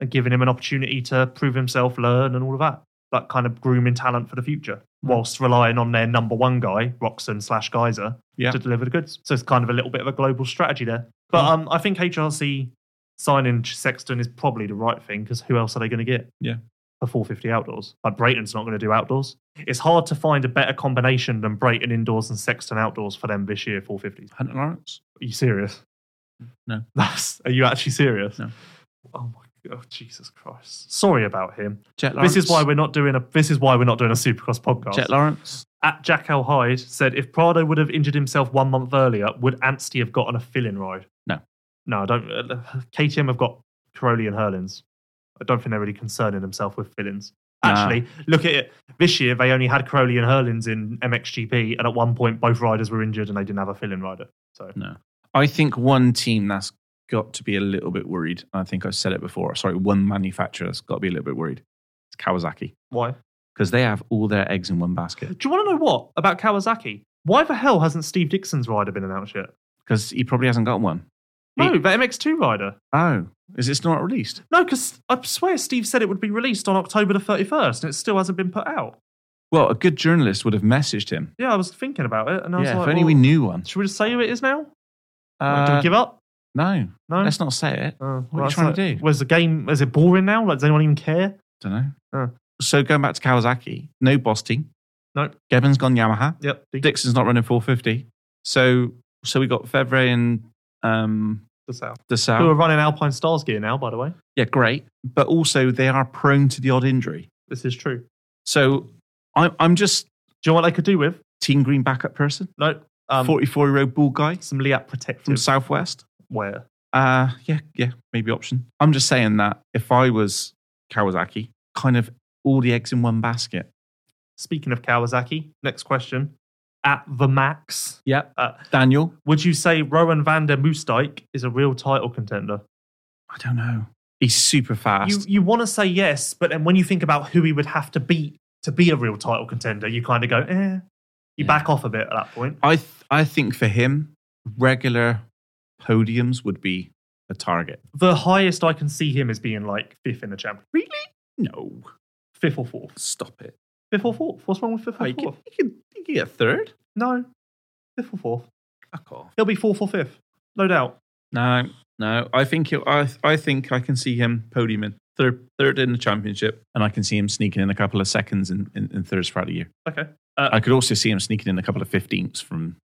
E: and giving him an opportunity to prove himself, learn, and all of that. That kind of grooming talent for the future, whilst relying on their number one guy, Roxon slash Geyser,
D: Yeah.
E: to deliver the goods. So it's kind of a little bit of a global strategy there. But um, I think HRC signing Sexton is probably the right thing because who else are they going to get?
D: Yeah.
E: For 450 outdoors. Like Brayton's not going to do outdoors. It's hard to find a better combination than Brayton indoors and Sexton outdoors for them this year, 450s.
D: Hunter Lawrence.
E: Are you serious?
D: No.
E: That's, are you actually serious?
D: No.
E: Oh my God, Jesus Christ. Sorry about him.
D: Jet Lawrence.
E: This is why we're not doing a this is why we're not doing a Supercross podcast.
D: Jet Lawrence.
E: At Jack L. Hyde said, if Prado would have injured himself one month earlier, would Anstey have gotten a fill-in ride?
D: No.
E: No, I don't. Uh, KTM have got Caroli and Hurlins. I don't think they're really concerning themselves with fill-ins.
D: Nah.
E: Actually, look at it. This year, they only had Caroli and Hurlins in MXGP, and at one point, both riders were injured and they didn't have a fill-in rider. So,
D: No. I think one team that's got to be a little bit worried. I think I said it before. Sorry, one manufacturer that's got to be a little bit worried. It's Kawasaki
E: why?
D: because they have all their eggs in one basket.
E: Do you want to know what about Kawasaki? Why the hell hasn't Steve Dixon's rider been announced yet?
D: Because he probably hasn't got one.
E: No,
D: He-
E: the MX2 rider.
D: oh, is this not released?
E: No, because I swear Steve said it would be released on October the 31st and it still hasn't been put out.
D: Well, a good journalist would have messaged him.
E: Yeah, I was thinking about it and I was
D: Yeah, if
E: like,
D: only we
E: well,
D: knew one.
E: Should we just say who it is now? Like, do
D: Uh,
E: we give up?
D: no,
E: No.
D: let's not say it.
E: Uh,
D: what are you
E: that's
D: trying
E: like-
D: to do?
E: Was the game, is it boring now? Like, does anyone even care?
D: Don't know.
E: Uh.
D: So going back to Kawasaki, no boss team.
E: Nope.
D: Gevin's gone Yamaha.
E: Yep. The,
D: Dixon's not running 450. So so we got Fevre and um,
E: the South.
D: Dessau.
E: Who are running Alpine Stars gear now, by the way.
D: Yeah, great. But also, they are prone to the odd injury.
E: This is true.
D: So I'm, I'm just
E: Do you know what they could do with?
D: Team Green backup person,
E: No. Um,
D: 44 year old bald guy
E: some Liat
D: from
E: protective
D: Southwest.
E: wear.
D: Uh, yeah, yeah, maybe option. I'm just saying that if I was Kawasaki, kind of all the eggs in one basket.
E: Speaking of Kawasaki, next question. At the max,
D: Yep.
E: uh,
D: Daniel,
E: would you say Rowan van der Moosdijk is a real title contender?
D: I don't know. He's super
E: you,
D: fast.
E: you want to say yes, but then when you think about who he would have to beat to be a real title contender, you kind of go, eh. You back off a bit at that point.
D: I, th- I think for him, regular podiums would be a target.
E: The highest I can see him is being like fifth in the championship. Really?
D: No,
E: Fifth or fourth?
D: stop it.
E: Fifth or fourth? What's wrong with fifth
D: Oh,
E: or
D: you,
E: fourth?
D: could, you, could, you could get third.
E: No. Fifth or fourth.
D: Fuck off.
E: He'll be fourth or fifth, no doubt.
D: No, No, I think he'll, I I think I can see him podiuming third third in the championship, and I can see him sneaking in a couple of seconds in in, in third Friday year.
E: Okay.
D: I could also see him sneaking in a couple of fifteenths from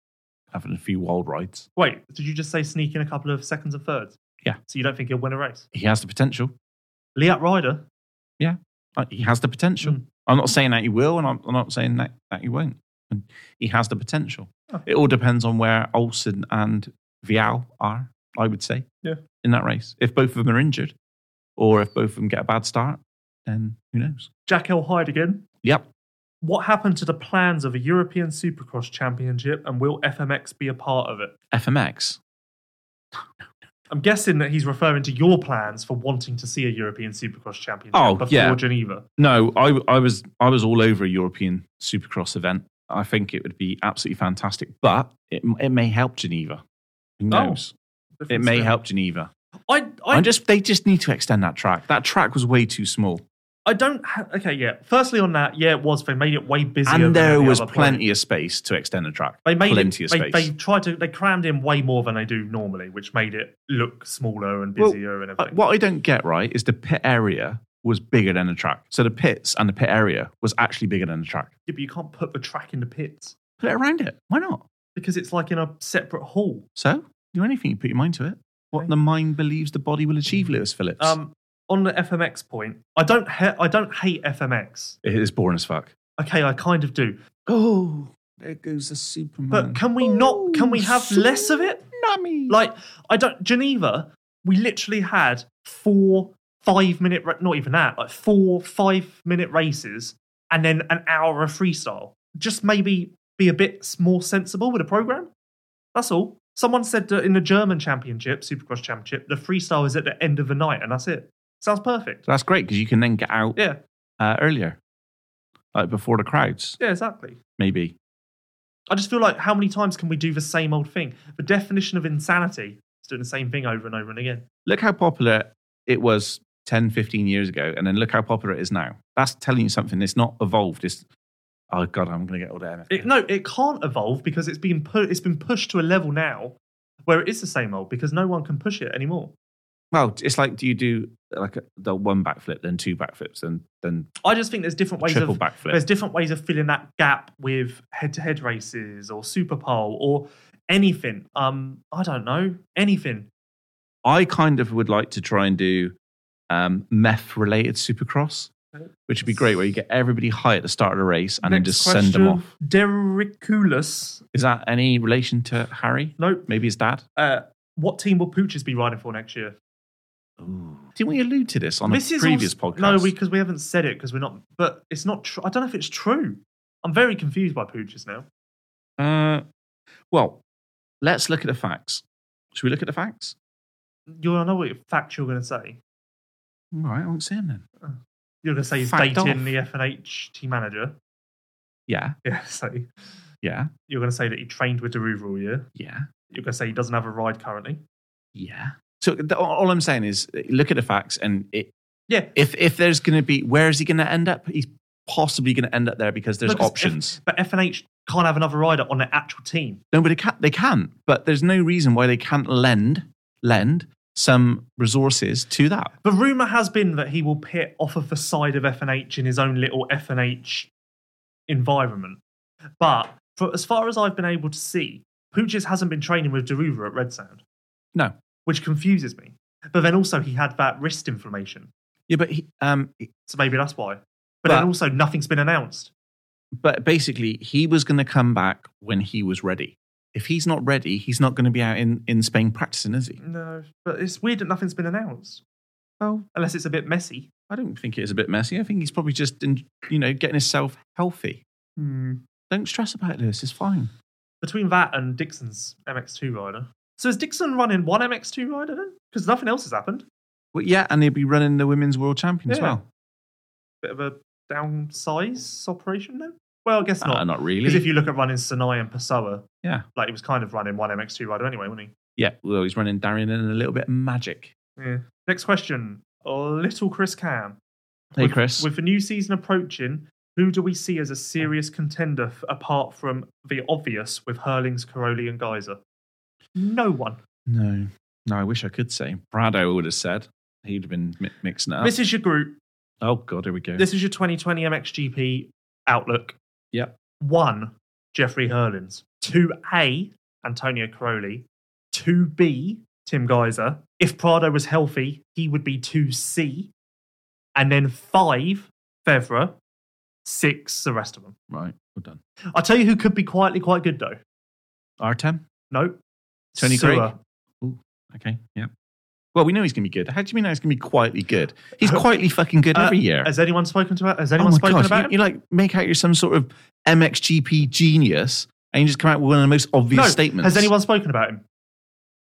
D: having a few wild rides.
E: Wait, did you just say sneak in a couple of seconds and thirds?
D: Yeah.
E: So you don't think he'll win a race?
D: He has the potential.
E: Liat Ryder?
D: Uh, He has the potential.
E: Mm.
D: I'm not saying that he will, and I'm, I'm not saying that, that he won't. And he has the potential.
E: Oh.
D: It all depends on where Olsen and Vial are, I would say,
E: Yeah.
D: in that race. If both of them are injured, or if both of them get a bad start, then who knows?
E: Jack L. Hyde again?
D: Yep.
E: What happened to the plans of a European Supercross Championship and will FMX be a part of it?
D: FMX.
E: I'm guessing that he's referring to your plans for wanting to see a European Supercross Championship
D: Oh,
E: before
D: yeah.
E: Geneva.
D: No, I, I was I was all over a European Supercross event. I think it would be absolutely fantastic, but it, it may help Geneva. Who
E: Oh,
D: knows? it may help Geneva.
E: I, I,
D: I just they just need to extend that track. That track was way too small,
E: I don't. Ha- okay, yeah. Firstly, on that, yeah, it was. They made it way busier. than
D: and there
E: the
D: was
E: other
D: plenty
E: point.
D: of space to extend the track.
E: They made
D: plenty
E: it,
D: of space.
E: They, they tried to. They crammed in way more than they do normally, which made it look smaller and
D: Well,
E: busier and
D: But
E: everything.
D: what I don't get right is the pit area was bigger than the track. So the pits and the pit area was actually bigger than the track.
E: Yeah, but you can't put the track in the pits
D: Put it around it. Why not?
E: because it's like in a separate hall.
D: So do anything you put your mind to it. What the mind believes the body will achieve, Lewis Phillips.
E: Um, on the FMX point, I don't. Ha- I don't hate FMX.
D: It is boring as fuck.
E: Okay, I kind of do.
D: Oh, there goes the Superman. Oh,
E: But can we not? Can we have less of it? Like, I don't. Geneva, we literally had four five minute, ra- not even that, like four five minute races and then an hour of freestyle. Just maybe be a bit s- more sensible with a program. That's all. Someone said that in the German championship, Supercross championship, the freestyle is at the end of the night and that's it. Sounds perfect.
D: That's great because you can then get out
E: Yeah,
D: uh, earlier, like before the crowds,
E: yeah, exactly.
D: maybe.
E: I just feel like how many times can we do the same old thing? The definition of insanity is doing the same thing over and over and again.
D: Look how popular it was 10, 15 years ago, and then look how popular it is now. That's telling you something. It's not evolved. It's, oh, God, I'm going to get all that.
E: It, no, it can't evolve because it's been put. It's been pushed to a level now where it is the same old because no one can push it anymore.
D: Well, it's like, do you do like a, the one backflip, then two backflips, and then
E: I just think there's different ways
D: triple
E: of
D: backflip?
E: there's different ways of filling that gap with head-to-head races or super pole or anything. Um, I don't know anything.
D: I kind of would like to try and do um, meth related supercross, which would be great, where you get everybody high at the start of the race and then just send them off.
E: Dericulus.
D: Is that any relation to Harry?
E: Nope.
D: Maybe his dad?
E: Uh, what team will Pooches be riding for next year?
D: Didn't we allude to this on
E: this
D: a
E: is
D: previous
E: also-
D: podcast?
E: No, because we haven't said it because we're not. But it's not. Tr- I don't know if it's true. I'm very confused by Pooches now.
D: Uh, well, let's look at the facts. Should we look at the facts?
E: You, I know what fact you're going to say.
D: All right, I won't say them then.
E: You're going to say he's
D: Fact
E: dating
D: off.
E: the FNH team manager.
D: Yeah,
E: Yeah, so
D: yeah,
E: you're going to say that he trained with Deruva all year.
D: yeah,
E: You're going to say he doesn't have a ride currently.
D: yeah. So th- all I'm saying is uh, look at the facts and it,
E: Yeah.
D: if if there's going to be where is he going to end up he's possibly going to end up there because there's
E: No, 'cause F-
D: options
E: But FNH can't have another rider on their actual team.
D: no but they can't they can but there's no reason why they can't lend lend some resources to that
E: The rumour has been that he will pit off of the side of FNH in his own little FNH environment. But for, as far as I've been able to see, Pooches hasn't been training with Deruva at Red Sound,
D: no
E: which confuses me. But then also he had that wrist inflammation.
D: yeah but he, um
E: So maybe that's why. But,
D: But-
E: then also, nothing's been announced.
D: but basically he was going to come back when he was ready if he's not ready he's not going to be out in in spain practicing is he
E: No, but it's weird that nothing's been announced.
D: well
E: Unless it's a bit messy.
D: i don't think it is a bit messy i think he's probably just in, you know getting himself healthy
E: Hmm.
D: don't stress about this it's fine
E: Between that and Dixon's MX2 rider. So is Dixon running one MX2 rider then? Because nothing else has happened.
D: well, yeah and he'll be running the women's world champion as
E: Yeah.
D: well
E: Bit of a downsize operation then? Well, I guess
D: Uh,
E: not.
D: not really
E: Because if you look at running Sanai and Pessoa,
D: Yeah.
E: like he was kind of running one MX2 rider anyway, wasn't
D: Yeah, well, he's running Darian in a little bit of magic.
E: he? Yeah. Next question. Little Chris Cam.
D: Hey,
E: with,
D: Chris.
E: With the new season approaching, who do we see as a serious
D: Oh.
E: contender f- apart from the obvious with Hurlings, Caroli, and Geyser? No one.
D: no. No, I wish I could say. Brado would have said. He'd have been mi- mixing it up.
E: This is your group.
D: oh, God, here we go.
E: This is your 2020 MXGP outlook.
D: Yep.
E: One, Jeffrey Hurlins. Two A, Antonio Crowley. Two B, Tim Geyser. If Prado was healthy, he would be two C. And then five, Fevra. Six, the rest of them.
D: right, we're done.
E: I'll tell you who could be quietly quite good though.
D: Artem?
E: Nope.
D: Tony
E: Sewer.
D: Craig? Okay, yeah. Well, we know he's going to be good. How do you mean he's going to be quietly good? He's quietly fucking good
E: Uh,
D: every year.
E: Has anyone spoken to Has anyone
D: oh my
E: spoken
D: God,
E: about
D: you, you, like make out you're some sort of MXGP genius and you just come out with one of the most
E: him?
D: obvious
E: no.
D: statements.
E: Has anyone spoken about him?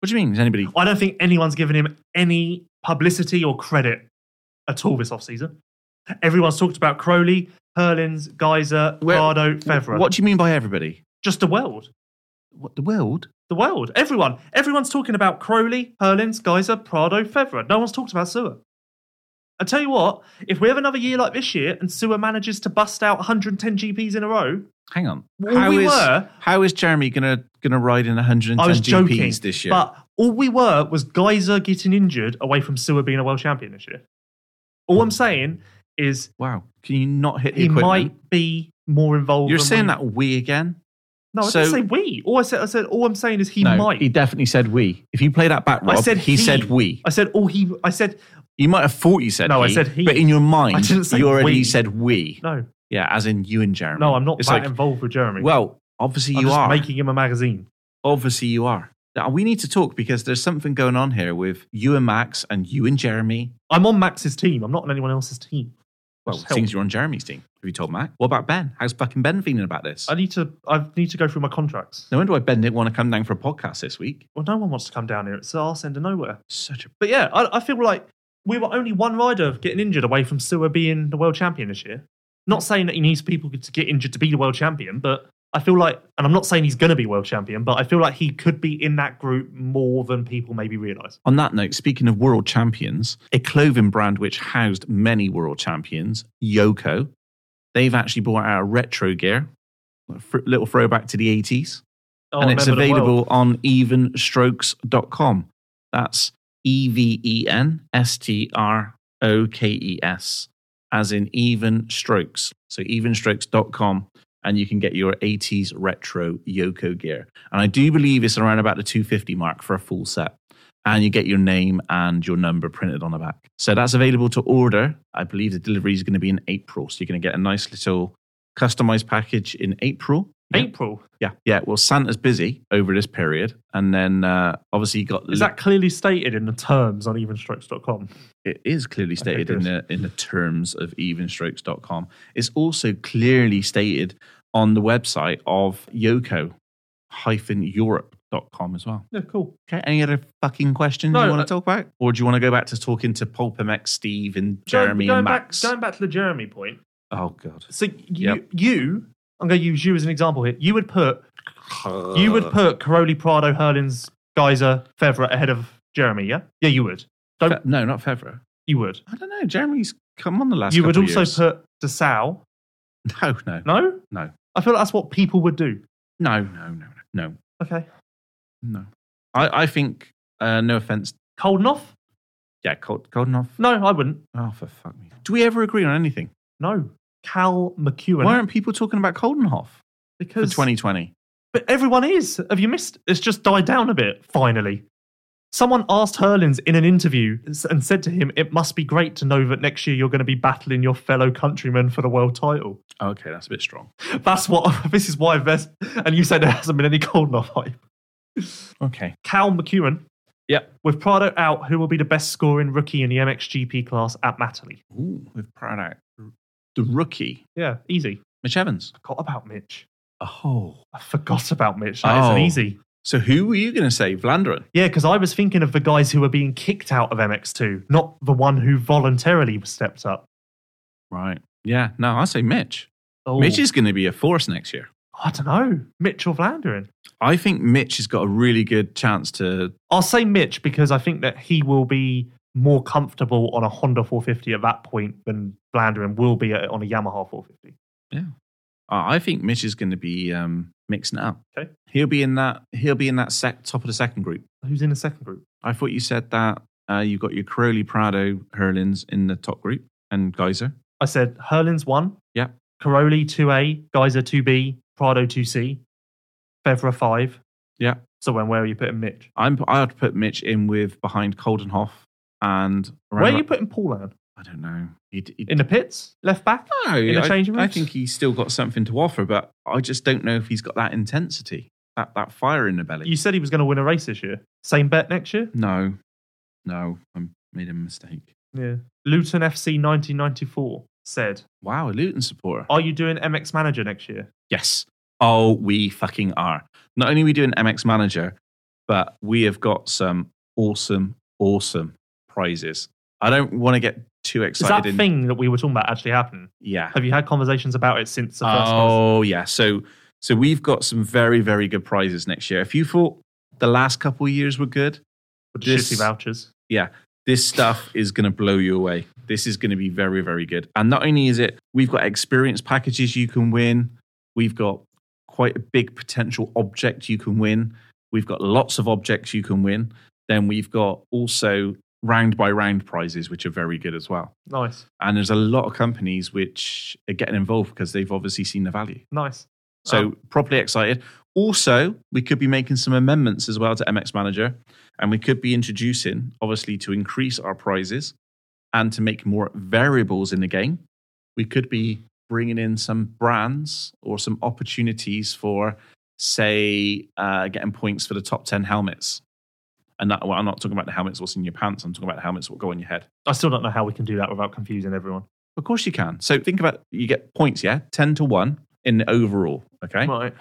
D: What do you mean? Is anybody?
E: I don't think anyone's given him any publicity or credit at all this offseason. Everyone's talked about Crowley, Herlins, Geyser,
D: Where-
E: Pardo, Fevra.
D: What do you mean by everybody?
E: Just the world.
D: What the world?
E: The world. Everyone. Everyone's talking about Crowley, Herlins, Geyser, Prado, Fevra. No one's talked about Sewer. I tell you what, if we have another year like this year and Sewer manages to bust out 110 GPs in a row,
D: Hang on.
E: Well, we were-
D: how is Jeremy gonna gonna ride in 110
E: I was joking.
D: GPs this year?
E: But all we were was Geyser getting injured away from Sewer being a world champion this year. All I'm saying is
D: wow, can you not hit the
E: he
D: equipment?
E: might be more involved.
D: You're
E: than
D: saying
E: we-
D: that we again?
E: No, I
D: so-
E: didn't say we. All I said, I said, all I'm saying is he
D: no,
E: might.
D: he definitely said we. If you play that back, Rob,
E: I said
D: he, said we.
E: I said all he. I said
D: You might have thought you said
E: No, I
D: he,
E: said he.
D: But in your mind,
E: I didn't say
D: you already
E: we.
D: said we.
E: no,
D: Yeah, as in you and Jeremy.
E: no. I'm not
D: It's
E: that
D: like,
E: involved with Jeremy.
D: well, obviously
E: I'm
D: you
E: just
D: are.
E: making him a magazine.
D: obviously you are. Now, we need to talk because there's something going on here with you and Max and you and Jeremy.
E: I'm on Max's team. I'm not on anyone else's team.
D: Well,
E: Just
D: it
E: help.
D: seems you're on Jeremy's team. Have you told Mac? What about Ben? How's fucking Ben feeling about this?
E: I need to. I need to go through my contracts.
D: No wonder why Ben didn't want to come down for a podcast this week.
E: Well, no one wants to come down here. It's the arse end of nowhere.
D: Such a
E: But yeah, I, I feel like we were only one rider getting injured away from Sewer being the world champion this year. Not saying that he needs people to get injured to be the world champion, but I feel like, and I'm not saying he's going to be world champion, but I feel like he could be in that group more than people maybe realize.
D: On that note, speaking of world champions, a clothing brand which housed many world champions, Yoko, they've actually brought out a retro gear, a fr- little throwback to the 80s,
E: Oh,
D: and it's available on evenstrokes.com. That's E V E N S T R O K E S, as in even strokes. So evenstrokes.com. And you can get your 80s retro Yoko gear. And I do believe it's around about the 250 mark for a full set and you get your name and your number printed on the back. So that's available to order. I believe the delivery is going to be in April. So you're going to get a nice little customized package in April. Yeah.
E: April.
D: Yeah. Yeah. Well, Santa's busy over this period. And then uh, obviously you got
E: Is that clearly stated in the terms on evenstrokes.com?
D: it is clearly stated
E: good.
D: in the in the terms of evenstrokes.com. It's also clearly stated on the website of Yoko hyphen Europe.com as well.
E: Yeah, cool.
D: Okay, any other fucking questions
E: No,
D: you want
E: uh,
D: to talk about? Or do you want to go back to talking to Pulp MX, Steve, and Jeremy
E: going,
D: and
E: back-
D: Max?
E: going back to the Jeremy point.
D: oh, God.
E: So you,
D: Yep.
E: you, I'm going to use you as an example here. You would put You would put Caroli, Prado, Hurlins, Geyser, Fevra ahead of Jeremy, yeah? Yeah, you would. Don't
D: Fe- no, not Fevra.
E: you would.
D: I don't know. Jeremy's come on the last
E: You would
D: couple
E: also
D: of years.
E: put DeSau.
D: No, no.
E: No?
D: No.
E: I feel like that's what people would do.
D: No, no, no, no. No.
E: Okay.
D: no. I, I think, uh, no offense.
E: Koldenoff?
D: Yeah, Cold, Goldenhoff.
E: No, I wouldn't.
D: Oh, for fuck me. Do we ever agree on anything?
E: No. Cal McEwen.
D: Why aren't people talking about Goldenhoff for
E: because
D: 2020?
E: But everyone is. Have you missed? It's just died down a bit, finally. Someone asked Hurlins in an interview s- and said to him, It must be great to know that next year you're going to be battling your fellow countrymen for the world title.
D: Oh, Okay, that's a bit strong.
E: That's what. This is why. There's, and you say there hasn't been any cold enough hype.
D: Okay.
E: Cal McEwen.
D: Yep.
E: With Prado out, who will be the best scoring rookie in the MXGP class at Matterley?
D: Ooh, with Pradak, the rookie,
E: Yeah, easy.
D: Mitch Evans.
E: Forgot about Mitch.
D: Oh.
E: I forgot about Mitch. That isn't
D: Oh.
E: easy.
D: So who were you going to say, Vlanderen?
E: Yeah, because I was thinking of the guys who were being kicked out of MX2, not the one who voluntarily stepped up.
D: Right. Yeah. No, I say Mitch.
E: Oh,
D: Mitch is going to be a force next year.
E: I don't know. Mitch or Vlanderen?
D: I think Mitch has got a really good chance to.
E: I'll say Mitch because I think that he will be more comfortable on a Honda 450 at that point than Vlanderen will be at, on a Yamaha 450.
D: Uh, I think Mitch is going to be um, mixing it up.
E: Okay.
D: He'll be in that. He'll be in that sec, top of the second group.
E: Who's in the second group?
D: I thought you said that uh, you've got your Crowley Prado Hurlins in the top group and Geyser.
E: I said Hurlin's one.
D: Yeah.
E: Caroli 2A, Geyser 2B, Prado 2C, Fevra 5.
D: Yeah.
E: So when where are you putting Mitch?
D: I'm. I'd put Mitch in with behind Coldenhoff and
E: Where are you putting Paulan?
D: I don't know. He'd, he'd,
E: In the pits? Left back?
D: no,
E: in the
D: I-
E: changing
D: I,
E: rooms?
D: think he's still got something to offer, but I just don't know if he's got that intensity, that that fire in the belly.
E: You said he was going to win a race this year. Same bet next year?
D: no, no, I made a mistake.
E: Yeah. Luton FC 1994 said,
D: Wow, a Luton supporter.
E: Are you doing MX manager next year?
D: Yes. Oh, we fucking are. Not only are we doing MX Manager, but we have got some awesome, awesome prizes. I don't want to get too
E: Is
D: excited.
E: that
D: in-
E: thing that we were talking about actually happening?
D: Yeah.
E: Have you had conversations about it since the first one?
D: Oh, yeah. So, so we've got some very, very good prizes next year. If you thought the last couple of years were good,
E: With the
D: this-
E: shitty vouchers.
D: this stuff is going to blow you away. This is going to be very, very good. And not only is it, we've got experience packages you can win. We've got quite a big potential object you can win. We've got lots of objects you can win. Then we've got also round by round prizes, which are very good as well.
E: Nice.
D: And there's a lot of companies which are getting involved because they've obviously seen the value.
E: Nice.
D: So
E: Oh.
D: properly excited. Also, we could be making some amendments as well to MX Manager, and we could be introducing, obviously, to increase our prizes and to make more variables in the game. We could be bringing in some brands or some opportunities for, say, uh, getting points for the top ten helmets. And that, well, I'm not talking about the helmets what's in your pants. I'm talking about the helmets what go on your head.
E: I still don't know how we can do that without confusing everyone.
D: Of course you can. So think about you get points, yeah, ten to one in the overall. Okay.
E: Right.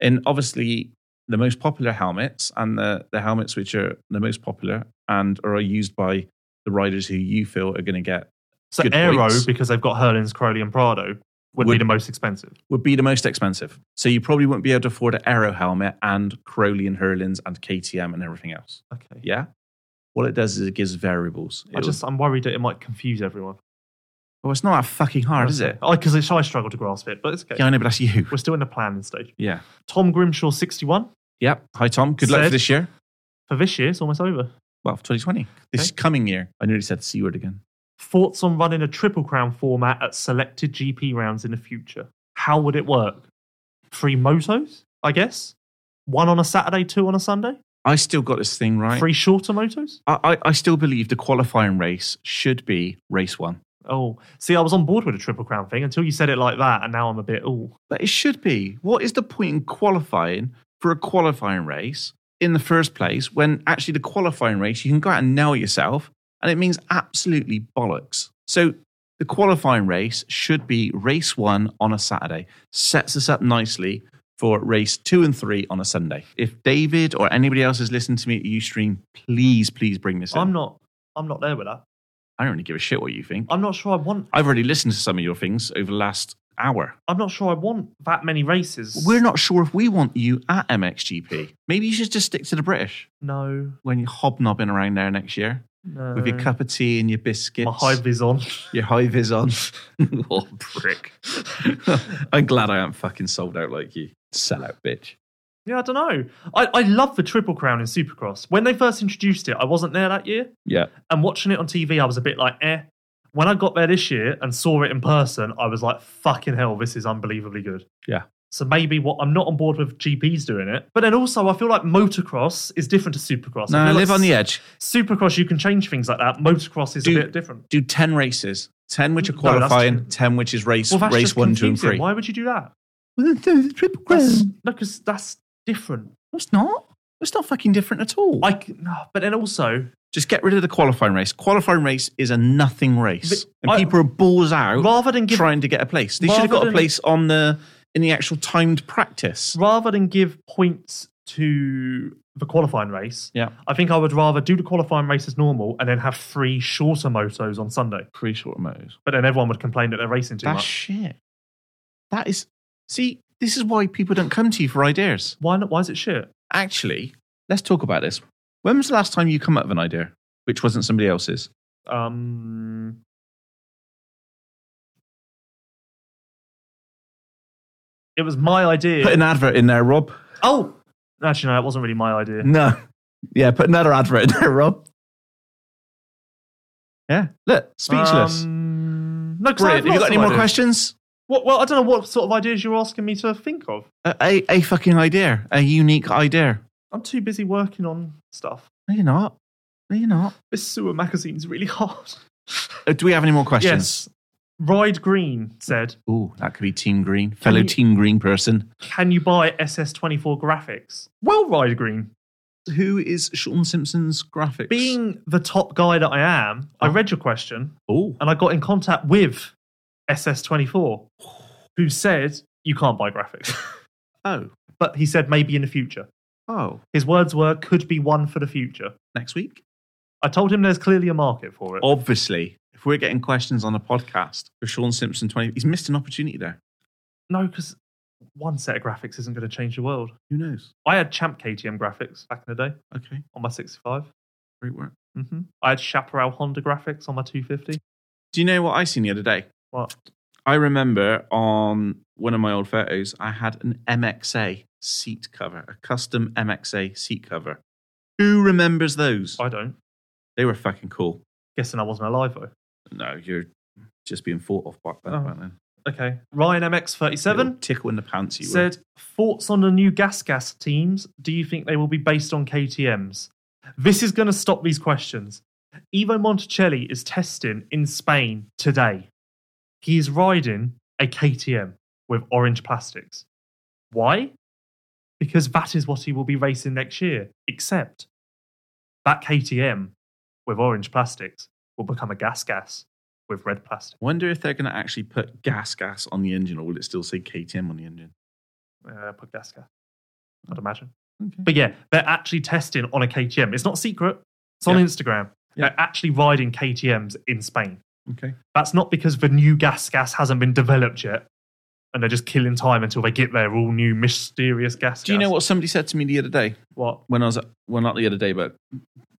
D: And obviously, the most popular helmets and the, the helmets which are the most popular and are used by the riders who you feel are going to get
E: So
D: Good
E: Aero,
D: points.
E: because they've got Hurlins, Crowley, and Prado, would, be
D: Would-
E: the most expensive.
D: would be the most expensive. So you probably wouldn't be able to afford an Aero helmet and Crowley and Hurlins and KTM and everything else.
E: Okay.
D: Yeah. What it does is it gives variables.
E: I
D: It
E: just I'm worried that it might confuse everyone.
D: will- well, it's not that fucking hard, is it?
E: Because it's I struggle to grasp it, but it's okay.
D: Yeah, I know, but that's you.
E: We're still in the planning stage.
D: Yeah.
E: Tom Grimshaw, 61.
D: Yep. Hi, Tom. Good luck for
E: Said-
D: this year.
E: For this year, it's almost over.
D: Well, for 2020. This
E: Okay.
D: coming year. I nearly said C word again.
E: Thoughts on running a triple crown format at selected GP rounds in the future? How would it work? Three motos, I guess. One on a Saturday, two on a Sunday.
D: I still got this thing right.
E: Three shorter motos.
D: I, I I still believe the qualifying race should be race one.
E: Oh, see, I was on board with a triple crown thing until you said it like that, and now I'm a bit oh.
D: But it should be. What is the point in qualifying for a qualifying race in the first place when actually the qualifying race, you can go out and nail yourself and it means absolutely bollocks. So the qualifying race should be race one on a Saturday. Sets us up nicely for race two and three on a Sunday. If David or anybody else has listened to me at Ustream, please, please bring this in.
E: I'm not. I'm not there with that.
D: I don't really give a shit what you think.
E: I'm not sure I want.
D: I've already listened to some of your things over the last hour.
E: I'm not sure I want that many races.
D: We're not sure if we want you at MXGP. Maybe you should just stick to the British
E: No.
D: when you're hobnobbing around there next year
E: No.
D: with your cup of tea and your biscuits,
E: Uh, My high vis on.
D: your high vis on. oh, prick. I'm glad I am fucking sold out like you. Sell out, bitch.
E: yeah, I don't know. I, I love the triple crown in Supercross. When they first introduced it, I wasn't there that year,
D: Yeah.
E: and watching it on TV, I was a bit like, eh. When I got there this year and saw it in person, I was like, fucking hell, this is unbelievably good.
D: Yeah.
E: So maybe what I'm not on board with GPs doing it, but then also I feel like motocross is different to supercross. I
D: No,
E: feel like
D: live on the edge.
E: Supercross, you can change things like that. Motocross is
D: Do-
E: a bit different.
D: Do 10 races. 10 which are
E: No, that's
D: qualifying,
E: too-
D: 10 which is race,
E: Well, that's
D: race
E: just
D: 1, 2 and
E: confusing.
D: 3.
E: Why would you do that?
D: Triple
E: That's, no, because that's different.
D: It's not. It's not fucking different at all.
E: Like, no, but then also,
D: Just get rid of the qualifying race. Qualifying race is a nothing race,
E: But
D: and
E: I-
D: people are balls out
E: rather than give
D: trying to get a place. They should have
E: rather
D: got a
E: than-
D: place on the in the actual timed practice.
E: rather than give points to the qualifying race,
D: Yeah,
E: I think I would rather do the qualifying race as normal and then have three shorter motos on Sunday.
D: pre short modes.
E: But then everyone would complain that they're racing too
D: That's
E: much.
D: shit. That is. See, this is why people don't come to you for ideas.
E: why not? Why is it shit?
D: Actually, let's talk about this. When was the last time you come up with an idea which wasn't somebody else's?
E: Um, It was my idea.
D: Put an advert in there, Rob.
E: oh, actually, no, that wasn't really my idea.
D: No. Yeah, put another advert in there, Rob. Yeah. Look, speechless.
E: Um, no, 'cause I
D: Brilliant. Have you got
E: lots
D: any
E: of
D: more
E: ideas.
D: questions?
E: What, well, I don't know what sort of ideas you're asking me to think of.
D: A, a, a fucking idea. A unique idea.
E: I'm too busy working on stuff.
D: No, you're not. No, you're not.
E: This sewer magazine's really hard.
D: Uh, do we have any more questions?
E: Yes. Ride Green said,
D: Ooh, that could be Team Green. Fellow
E: you-
D: Team Green person.
E: Can you buy SS24 graphics? Well, Ride Green,
D: Who is Sean Simpson's graphics?
E: being the top guy that I am, I read your question
D: Oh.
E: and I got in contact with SS24, who said, You can't buy graphics.
D: Oh.
E: but he said, Maybe in the future.
D: Oh.
E: His words were, Could be one for the future.
D: Next week?
E: I told him there's clearly a market for it.
D: Obviously, if we're getting questions on a podcast for Sean Simpson 20, he's missed an opportunity there.
E: No, because one set of graphics isn't going to change the world.
D: Who knows?
E: I had Champ KTM graphics back in the day
D: Okay.
E: on my 65.
D: Great work.
E: hmm I had Chaparral Honda graphics on my 250.
D: Do you know what I seen the other day?
E: What?
D: I remember on one of my old photos, I had an MXA seat cover, a custom MXA seat cover. Who remembers those?
E: I don't.
D: They were fucking cool.
E: Guessing I wasn't alive though.
D: No, you're just being thought of back then.
E: Oh,
D: back then.
E: Okay. Ryan
D: Little
E: MX37
D: Tickle in the pants you
E: said, Thoughts on the new Gas Gas teams? Do you think they will be based on KTMs? This is going to stop these questions. Ivo Monticelli is testing in Spain today. He is riding a KTM with orange plastics. Why? Because that is what he will be racing next year, except that KTM with orange plastics will become a gas gas with red plastic.
D: were. Wonder if they're going to actually put gas gas on the engine or will it still say KTM on the engine?
E: uh, Podgaska, I'd imagine.
D: Oh. Okay.
E: But yeah, they're actually testing on a KTM. It's not secret. It's on
D: Yeah.
E: Instagram.
D: Yeah.
E: They're actually riding KTM's in Spain.
D: Okay.
E: That's not because the new gas gas hasn't been developed yet, and they're just killing time until they get their all new mysterious gas.
D: Do you know
E: gas.
D: what somebody said to me the other day?
E: What?
D: When I was at, well, not the other day, but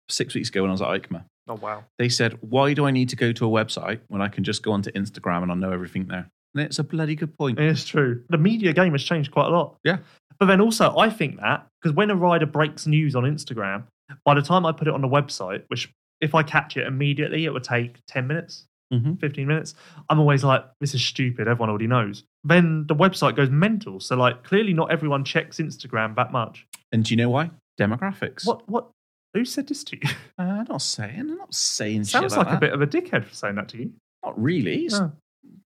D: six weeks ago when I was at EICMA,
E: Oh wow!
D: they said, Why do I need to go to a website when I can just go onto Instagram and I know everything there? And it's a bloody good point.
E: It's true. The media game has changed quite a lot.
D: Yeah.
E: But then also, I think that because when a rider breaks news on Instagram, by the time I put it on the website, which if I catch it immediately, it would take 10 minutes,
D: Mhm.
E: 15 minutes. I'm always like, this is stupid. Everyone already knows. Then the website goes mental. So, like, clearly not everyone checks Instagram that much.
D: And do you know why? Demographics.
E: What, what, who said this to you?
D: Uh, I'm not saying. I'm not saying shit
E: Sounds like a
D: that.
E: bit of a dickhead for saying that to you.
D: Not really. It's-
E: No.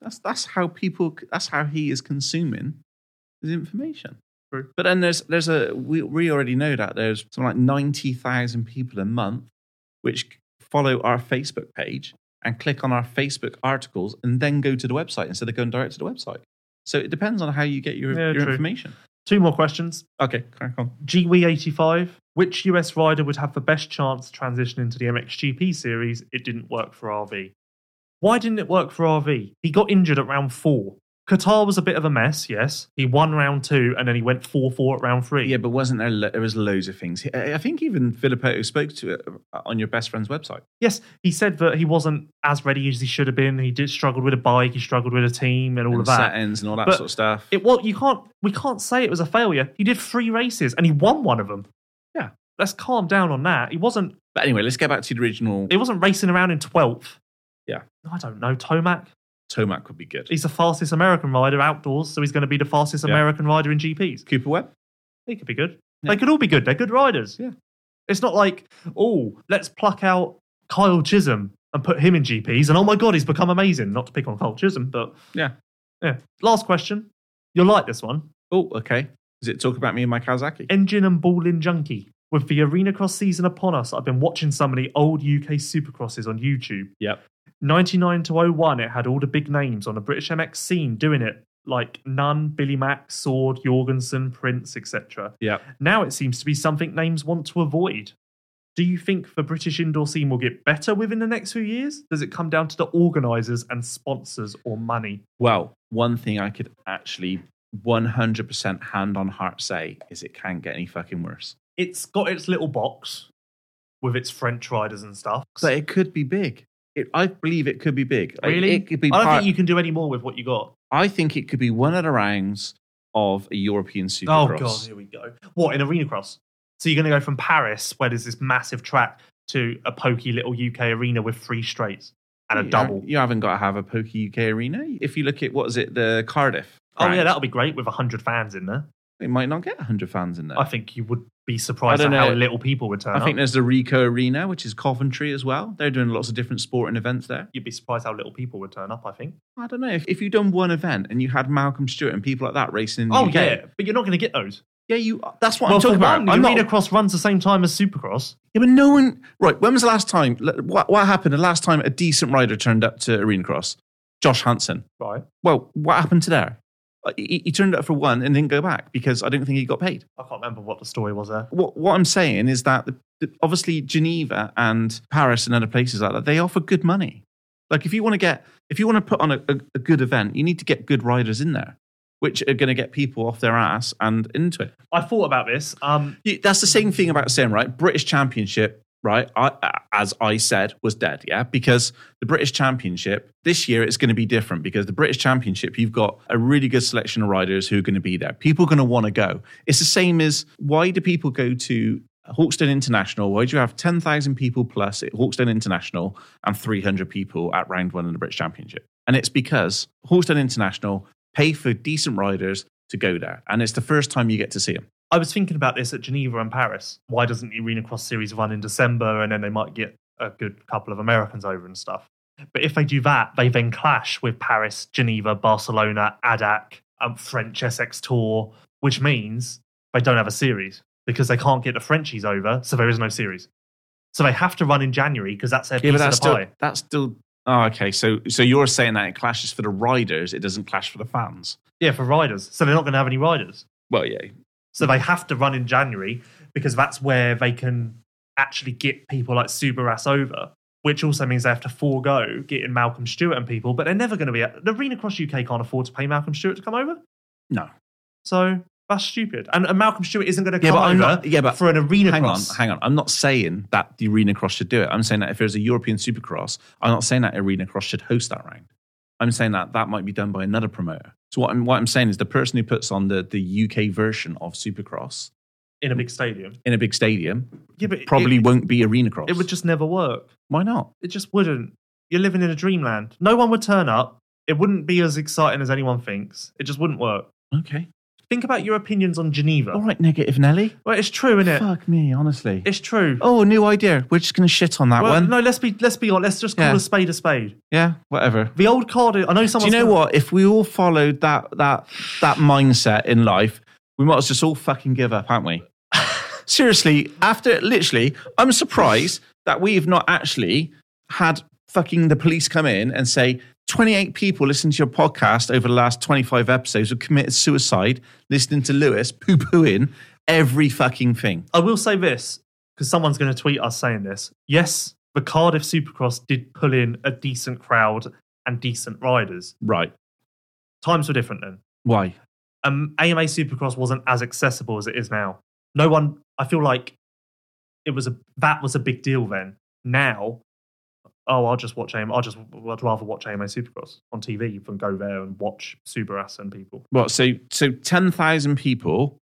D: That's, that's how people, that's how he is consuming his information.
E: True.
D: But then there's, there's a, we, we already know that there's something like 90,000 people a month which follow our Facebook page and click on our Facebook articles and then go to the website instead of going direct to the website. So it depends on how you get your, your
E: Yeah, true.
D: information.
E: Two more questions.
D: Okay, crack on.
E: GW85, which US rider would have the best chance to transition into the MXGP series? It didn't work for RV. Why didn't it work for RV? He got injured at round four. Qatar was a bit of a mess, yes. He won round two and then he went 4 4 at round three.
D: Yeah, but wasn't there? Lo- there was loads of things. I I think even Filippo spoke to it uh, on your best friend's website.
E: Yes, he said that he wasn't as ready as he should have been. He did struggled with a bike, he struggled with a team and all
D: and
E: of that.
D: Satins and all that
E: But
D: sort of stuff.
E: It well, you can't we can't say it was a failure. He did three races and he won one of them.
D: Yeah.
E: Let's calm down on that. He wasn't
D: but anyway, let's get back to the original.
E: It wasn't racing around in 12th.
D: Yeah.
E: I don't know. Tomac,
D: Tomac would be good.
E: he's the fastest American rider outdoors, so he's going to be the fastest
D: Yeah.
E: American rider in GPs.
D: Cooper Webb.
E: He could be good.
D: Yeah.
E: They could all be good. They're good riders.
D: Yeah.
E: It's not like, oh, let's pluck out Kyle Chisholm and put him in GPs, and oh my God, he's become amazing. Not to pick on Kyle Chisholm, but
D: Yeah.
E: yeah. Last question. You'll like this one.
D: Oh, okay. Is it talk about me and my Kawasaki?
E: Engine and balling junkie. With the arena cross season upon us, I've been watching some of the old UK supercrosses on YouTube.
D: Yep.
E: 99 to 01, it had all the big names on the British MX scene doing it, like Nunn, Billy Mack, Sword, Jorgensen, Prince, etc.
D: Yep.
E: Now it seems to be something names want to avoid. Do you think the British indoor scene will get better within the next few years? Does it come down to the organisers and sponsors or money?
D: Well, one thing I could actually 100% hand on heart say is it can't get any fucking worse.
E: It's got its little box with its French riders and stuff.
D: But it could be big. It, I believe it could be big. Like,
E: really?
D: It could be
E: I don't
D: part-
E: think you can do any more with what you got.
D: I think it could be one of the rounds of a European
E: Oh
D: Supercross.
E: god, here we go. What in arena cross? So you're going to go from Paris, where there's this massive track, to a pokey little UK arena with three straights and a
D: You
E: double.
D: haven't- You haven't got to have a Pokey UK arena. If you look at what is it, the Cardiff.
E: Oh yeah,
D: round,
E: that'll be great with hundred fans in there.
D: they might not get 100 fans in there.
E: I think you would be surprised
D: I
E: at
D: don't
E: how
D: know.
E: little people would turn
D: I think
E: up.
D: there's the Rico Arena, which is Coventry as well. They're doing lots of different sporting events there.
E: You'd be surprised how little people would turn up. I think.
D: I don't know if, if you done one event and you had Malcolm Stewart and people like that racing. In the
E: Oh
D: UK,
E: yeah, but you're not going to get those.
D: yeah, you. That's what
E: well,
D: I'm
E: for
D: talking about.
E: one,
D: I'm
E: the
D: not.
E: arena cross runs the same time as supercross.
D: yeah, but no one. Right. When was the last time? l- What, what happened? The last time a decent rider turned up to Arena Cross, Josh Hansen.
E: Right.
D: Well, what happened to there? Uh, He, he turned up for one and didn't go back because I don't think he got paid.
E: I can't remember what the story was there.
D: What What I'm saying is that the, the- obviously Geneva and Paris and other places like that they offer good money. Like if you want to get if you want to put on a, a, a good event, you need to get good riders in there, which are going to get people off their ass and into it.
E: I thought about this. Um,
D: You- That's the same thing about Sim, right? British Championship, right? I, I- as I said, was dead, yeah, because the British Championship this year it's going to be different because the British Championship you've got a really good selection of riders who are going to be there. People are going to want to go. It's the same as why do people go to Hawkstone International? Why do you have ten thousand people plus at Hawkstone International and three hundred people at round one of the British Championship? And it's because Hawkstone International pay for decent riders to go there, and it's the first time you get to see them.
E: I was thinking about this at Geneva and Paris. Why doesn't the Arena Cross Series run in December and then they might get a good couple of Americans over and stuff? But if they do that, they then clash with Paris, Geneva, Barcelona, ADAC, and French SX Tour, which means they don't have a series because they can't get the Frenchies over, so there is no series. So they have to run in January because that's their
D: Yeah,
E: piece
D: but that's
E: of the
D: still
E: pie.
D: that's still. Oh, okay. So so you're saying that it clashes for the riders, it doesn't clash for the fans.
E: Yeah, for riders. So they're not going to have any riders.
D: Well, yeah.
E: So they have to run in January because that's where they can actually get people like Subaras over, which also means they have to forego getting Malcolm Stewart and people, but they're never going to be. The Arena Cross UK can't afford to pay Malcolm Stewart to come over.
D: No.
E: So that's stupid. And, and Malcolm Stewart isn't going to
D: Yeah,
E: come
D: but
E: over
D: I'm not- yeah, but
E: for an Arena
D: hang
E: Cross.
D: on, hang on. I'm not saying that the Arena Cross should do it. I'm saying that if there's a European Supercross, I'm not saying that Arena Cross should host that round. I'm saying that that might be done by another promoter. So what I'm what I'm saying is the person who puts on the the UK version of Supercross
E: in a big stadium.
D: in a big stadium
E: Yeah, but it-
D: probably won't be Arena Cross.
E: it would just never work.
D: why not?
E: It just wouldn't. You're living in a dreamland. No one would turn up. It wouldn't be as exciting as anyone thinks. It just wouldn't work.
D: Okay.
E: Think about your opinions on Geneva.
D: All right, negative Nelly.
E: Well, it's true, isn't it?
D: Fuck me, honestly.
E: It's true.
D: oh, new idea. We're just gonna shit on that
E: well,
D: one.
E: no, let's be let's be honest. Let's just call
D: Yeah.
E: a spade a spade.
D: Yeah, whatever.
E: The old Cardiff. I know someone.
D: Do you know what? If we all followed that that that mindset in life, we might as just all fucking give up, haven't we? Seriously, after literally, I'm surprised that we've not actually had fucking the police come in and say 28 people listening to your podcast over the last 25 episodes have committed suicide listening to Lewis poo pooing every fucking thing.
E: I will say this because someone's going to tweet us saying this. Yes, the Cardiff Supercross did pull in a decent crowd and decent riders.
D: Right.
E: Times were different then.
D: Why?
E: Um, AMA Supercross wasn't as accessible as it is now. No one. I feel like it was a that was a big deal then. Now. Oh, I'll just watch AMA. I'll just, I'd rather watch AMA Supercross on TV than go there and watch Subaras and people.
D: What? So so ten thousand people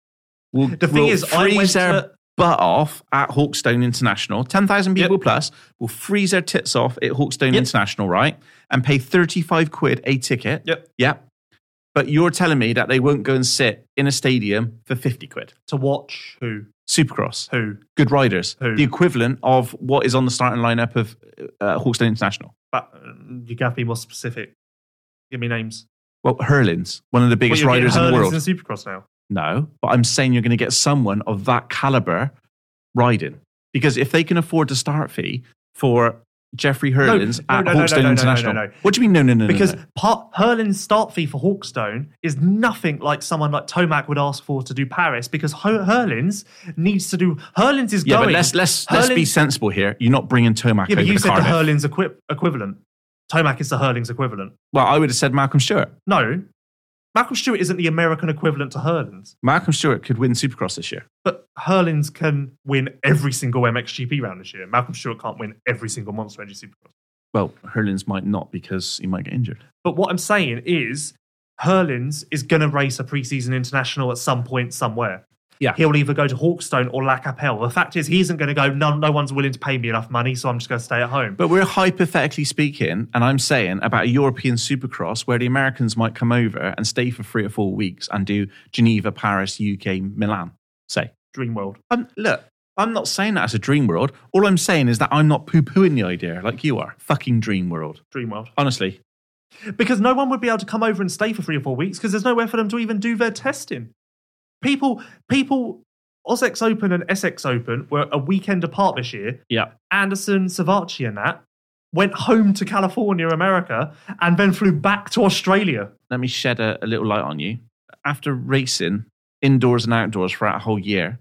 D: will
E: The thing
D: will
E: is, I
D: freeze
E: went
D: their
E: to-
D: butt off at Hawkstone International. Ten thousand people
E: Yep.
D: plus will freeze their tits off at Hawkstone
E: Yep.
D: International, right? And pay thirty five quid a ticket.
E: Yep.
D: Yep. But you're telling me that they won't go and sit in a stadium for fifty quid.
E: to watch who
D: Supercross,
E: who
D: good riders,
E: Who?
D: the equivalent of what is on the starting lineup of uh, Hawkstone International.
E: but um, you gotta be more specific give me names
D: Well, Hurlins, one of the biggest
E: Well, you're
D: riders in
E: getting
D: the world.
E: Hurlins in supercross now
D: No, but I'm saying you're going to get someone of that caliber riding because if they can afford the start fee for Jeffrey Hurlins
E: no,
D: at
E: no, no,
D: Hawkstone
E: no, no, no,
D: International,
E: no, no.
D: what do you mean? No, no, no, no,
E: because
D: no.
E: part Hurlin's start fee for Hawkstone is nothing like someone like Tomac would ask for to do Paris because Ho- Hurlin's needs to do Hurlin's is
D: yeah,
E: going
D: but let's let's let's be
E: Hurlin's-
D: sensible here. You're not bringing Tomac
E: yeah but
D: over
E: you
D: to
E: said the
D: Cardiff.
E: Hurlin's equi- equivalent Tomac is the Hurlin's equivalent
D: well, I would have said Malcolm Stewart.
E: no Malcolm Stewart isn't the American equivalent to Hurlin's
D: Malcolm Stewart could win Supercross this year.
E: But Hurlins can win every single MXGP round this year. Malcolm Stewart can't win every single Monster Energy Supercross.
D: Well, Hurlins might not because he might get injured.
E: But what I'm saying is Hurlins is going to race a preseason international at some point somewhere.
D: Yeah.
E: He'll either go to Hawkstone or La Capelle. The fact is, he isn't going to go, no, no one's willing to pay me enough money, so I'm just going to stay at home.
D: But we're hypothetically speaking, and I'm saying about a European supercross where the Americans might come over and stay for three or four weeks and do Geneva, Paris, UK, Milan, say.
E: Dream world.
D: Um, look, I'm not saying that as a dream world. All I'm saying is that I'm not poo pooing the idea like you are. Fucking dream world.
E: Dream world.
D: Honestly.
E: Because no one would be able to come over and stay for three or four weeks because there's nowhere for them to even do their testing. People, people, Osex Open and Essex Open were a weekend apart this year.
D: Yeah.
E: Anderson, Savachi, and that went home to California, America, and then flew back to Australia.
D: Let me shed a, a little light on you. After racing indoors and outdoors for that whole year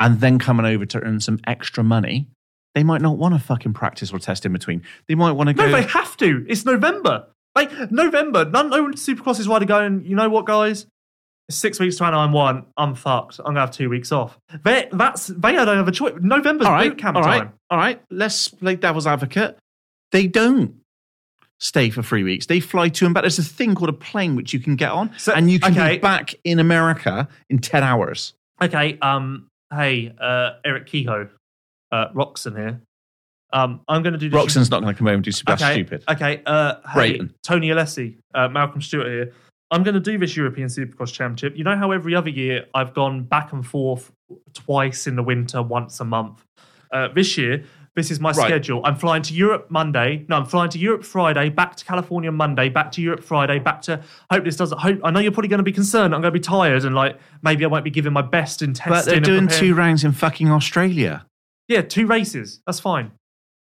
D: and then coming over to earn some extra money, they might not want to fucking practice or test in between. They might want to go.
E: No, they have to. It's November. Like November, none, no Supercross is wide going. You know what, guys? It's Six weeks to Anaheim one. I'm fucked. I'm gonna have two weeks off. They, that's they don't have a choice. November's
D: all right,
E: boot camp
D: all right,
E: time.
D: all right. Let's play devil's advocate. They don't stay for three weeks. They fly to and back. There's a thing called a plane which you can get on,
E: So-
D: and you can
E: okay.
D: be back in America in ten hours.
E: Okay. Um. Hey, uh, Eric Kehoe, uh, Roxon here. Um, I'm gonna do. the-
D: Roxon's not going to come over and do Sebastian
E: okay,
D: stupid.
E: Okay. Uh, hey,
D: Brayton.
E: Tony Alessi, uh, Malcolm Stewart here. I'm going to do this European Supercross Championship. You know how every other year I've gone back and forth twice in the winter, once a month. Uh, this year, this is my
D: Right.
E: schedule. I'm flying to Europe Monday. No, I'm flying to Europe Friday, back to California Monday, back to Europe Friday, back to. Hope this doesn't. Hope I know you're probably going to be concerned. I'm going to be tired and like maybe I won't be giving my best in testing.
D: But they're
E: and
D: doing
E: preparing.
D: two rounds in fucking Australia.
E: Yeah, two races. That's fine.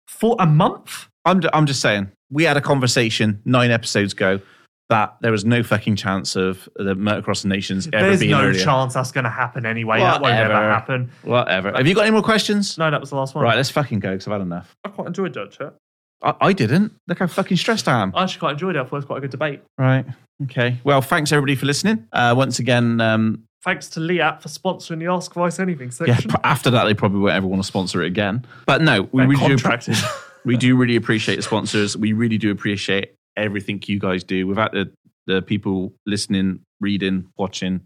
E: For a month.
D: I'm, ju- I'm just saying, we had a conversation nine episodes ago that there was no fucking chance of the Motocross of Nations ever
E: There's
D: being
E: no
D: earlier.
E: chance that's going to happen anyway. That won't
D: Whatever.
E: ever happen.
D: Whatever. Have you got any more questions?
E: No, that was the last one.
D: Right, let's fucking go because I've had enough.
E: I quite enjoyed that chat.
D: I, I didn't. Look how fucking stressed I am.
E: I actually quite enjoyed it. I thought it was quite a good debate.
D: Right. Okay. Well, thanks everybody for listening. Uh, once again, um,
E: Thanks to Liat for sponsoring the Ask Vice Anything
D: yeah,
E: section.
D: p- after that, they probably won't ever want to sponsor it again. But no, we
E: They're
D: really, do,
E: contracted.
D: we do really appreciate the sponsors. We really do appreciate everything you guys do. Without the, the people listening, reading, watching,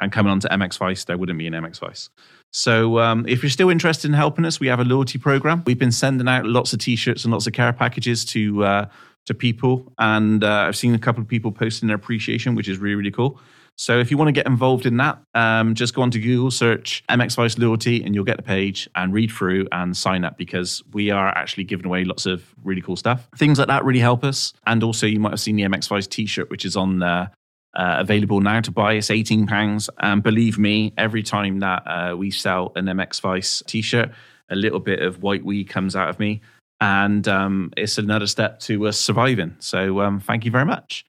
D: and coming on to MX Vice, there wouldn't be an MX Vice. So um, if you're still interested in helping us, we have a loyalty program. We've been sending out lots of t-shirts and lots of care packages to uh, to people, and uh, I've seen a couple of people posting their appreciation, which is really really cool. So if you want to get involved in that, um, just go onto Google, search MX Vice Loyalty, and you'll get the page and read through and sign up because we are actually giving away lots of really cool stuff. Things like that really help us. And also, you might have seen the MX Vice T-shirt, which is on there uh, available now to buy. It's eighteen pounds, and believe me, every time that uh, we sell an MX Vice T-shirt, a little bit of white wee comes out of me, and um, it's another step to us surviving. So um, thank you very much.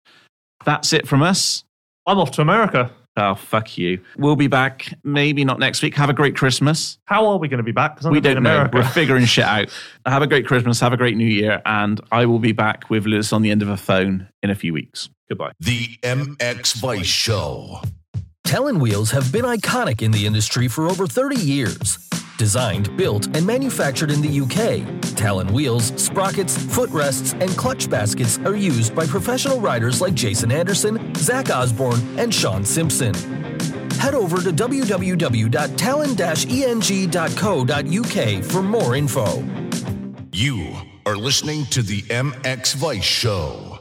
D: That's it from us.
E: I'm off to America.
D: Oh fuck you! We'll be back, maybe not next week. Have a great Christmas.
E: How are we going to be back? Because
D: We don't
E: in
D: know.
E: America.
D: We're figuring shit out. Have a great Christmas. Have a great New Year, and I will be back with Lewis on the end of a phone in a few weeks. Goodbye.
A: The MX Vice Show.
G: Talon wheels have been iconic in the industry for over 30 years. Designed, built, and manufactured in the UK, Talon wheels, sprockets, footrests, and clutch baskets are used by professional riders like Jason Anderson, Zach Osborne, and Sean Simpson. Head over to E www.talon-eng.co.uk for more info.
A: You are listening to the MX Vice Show.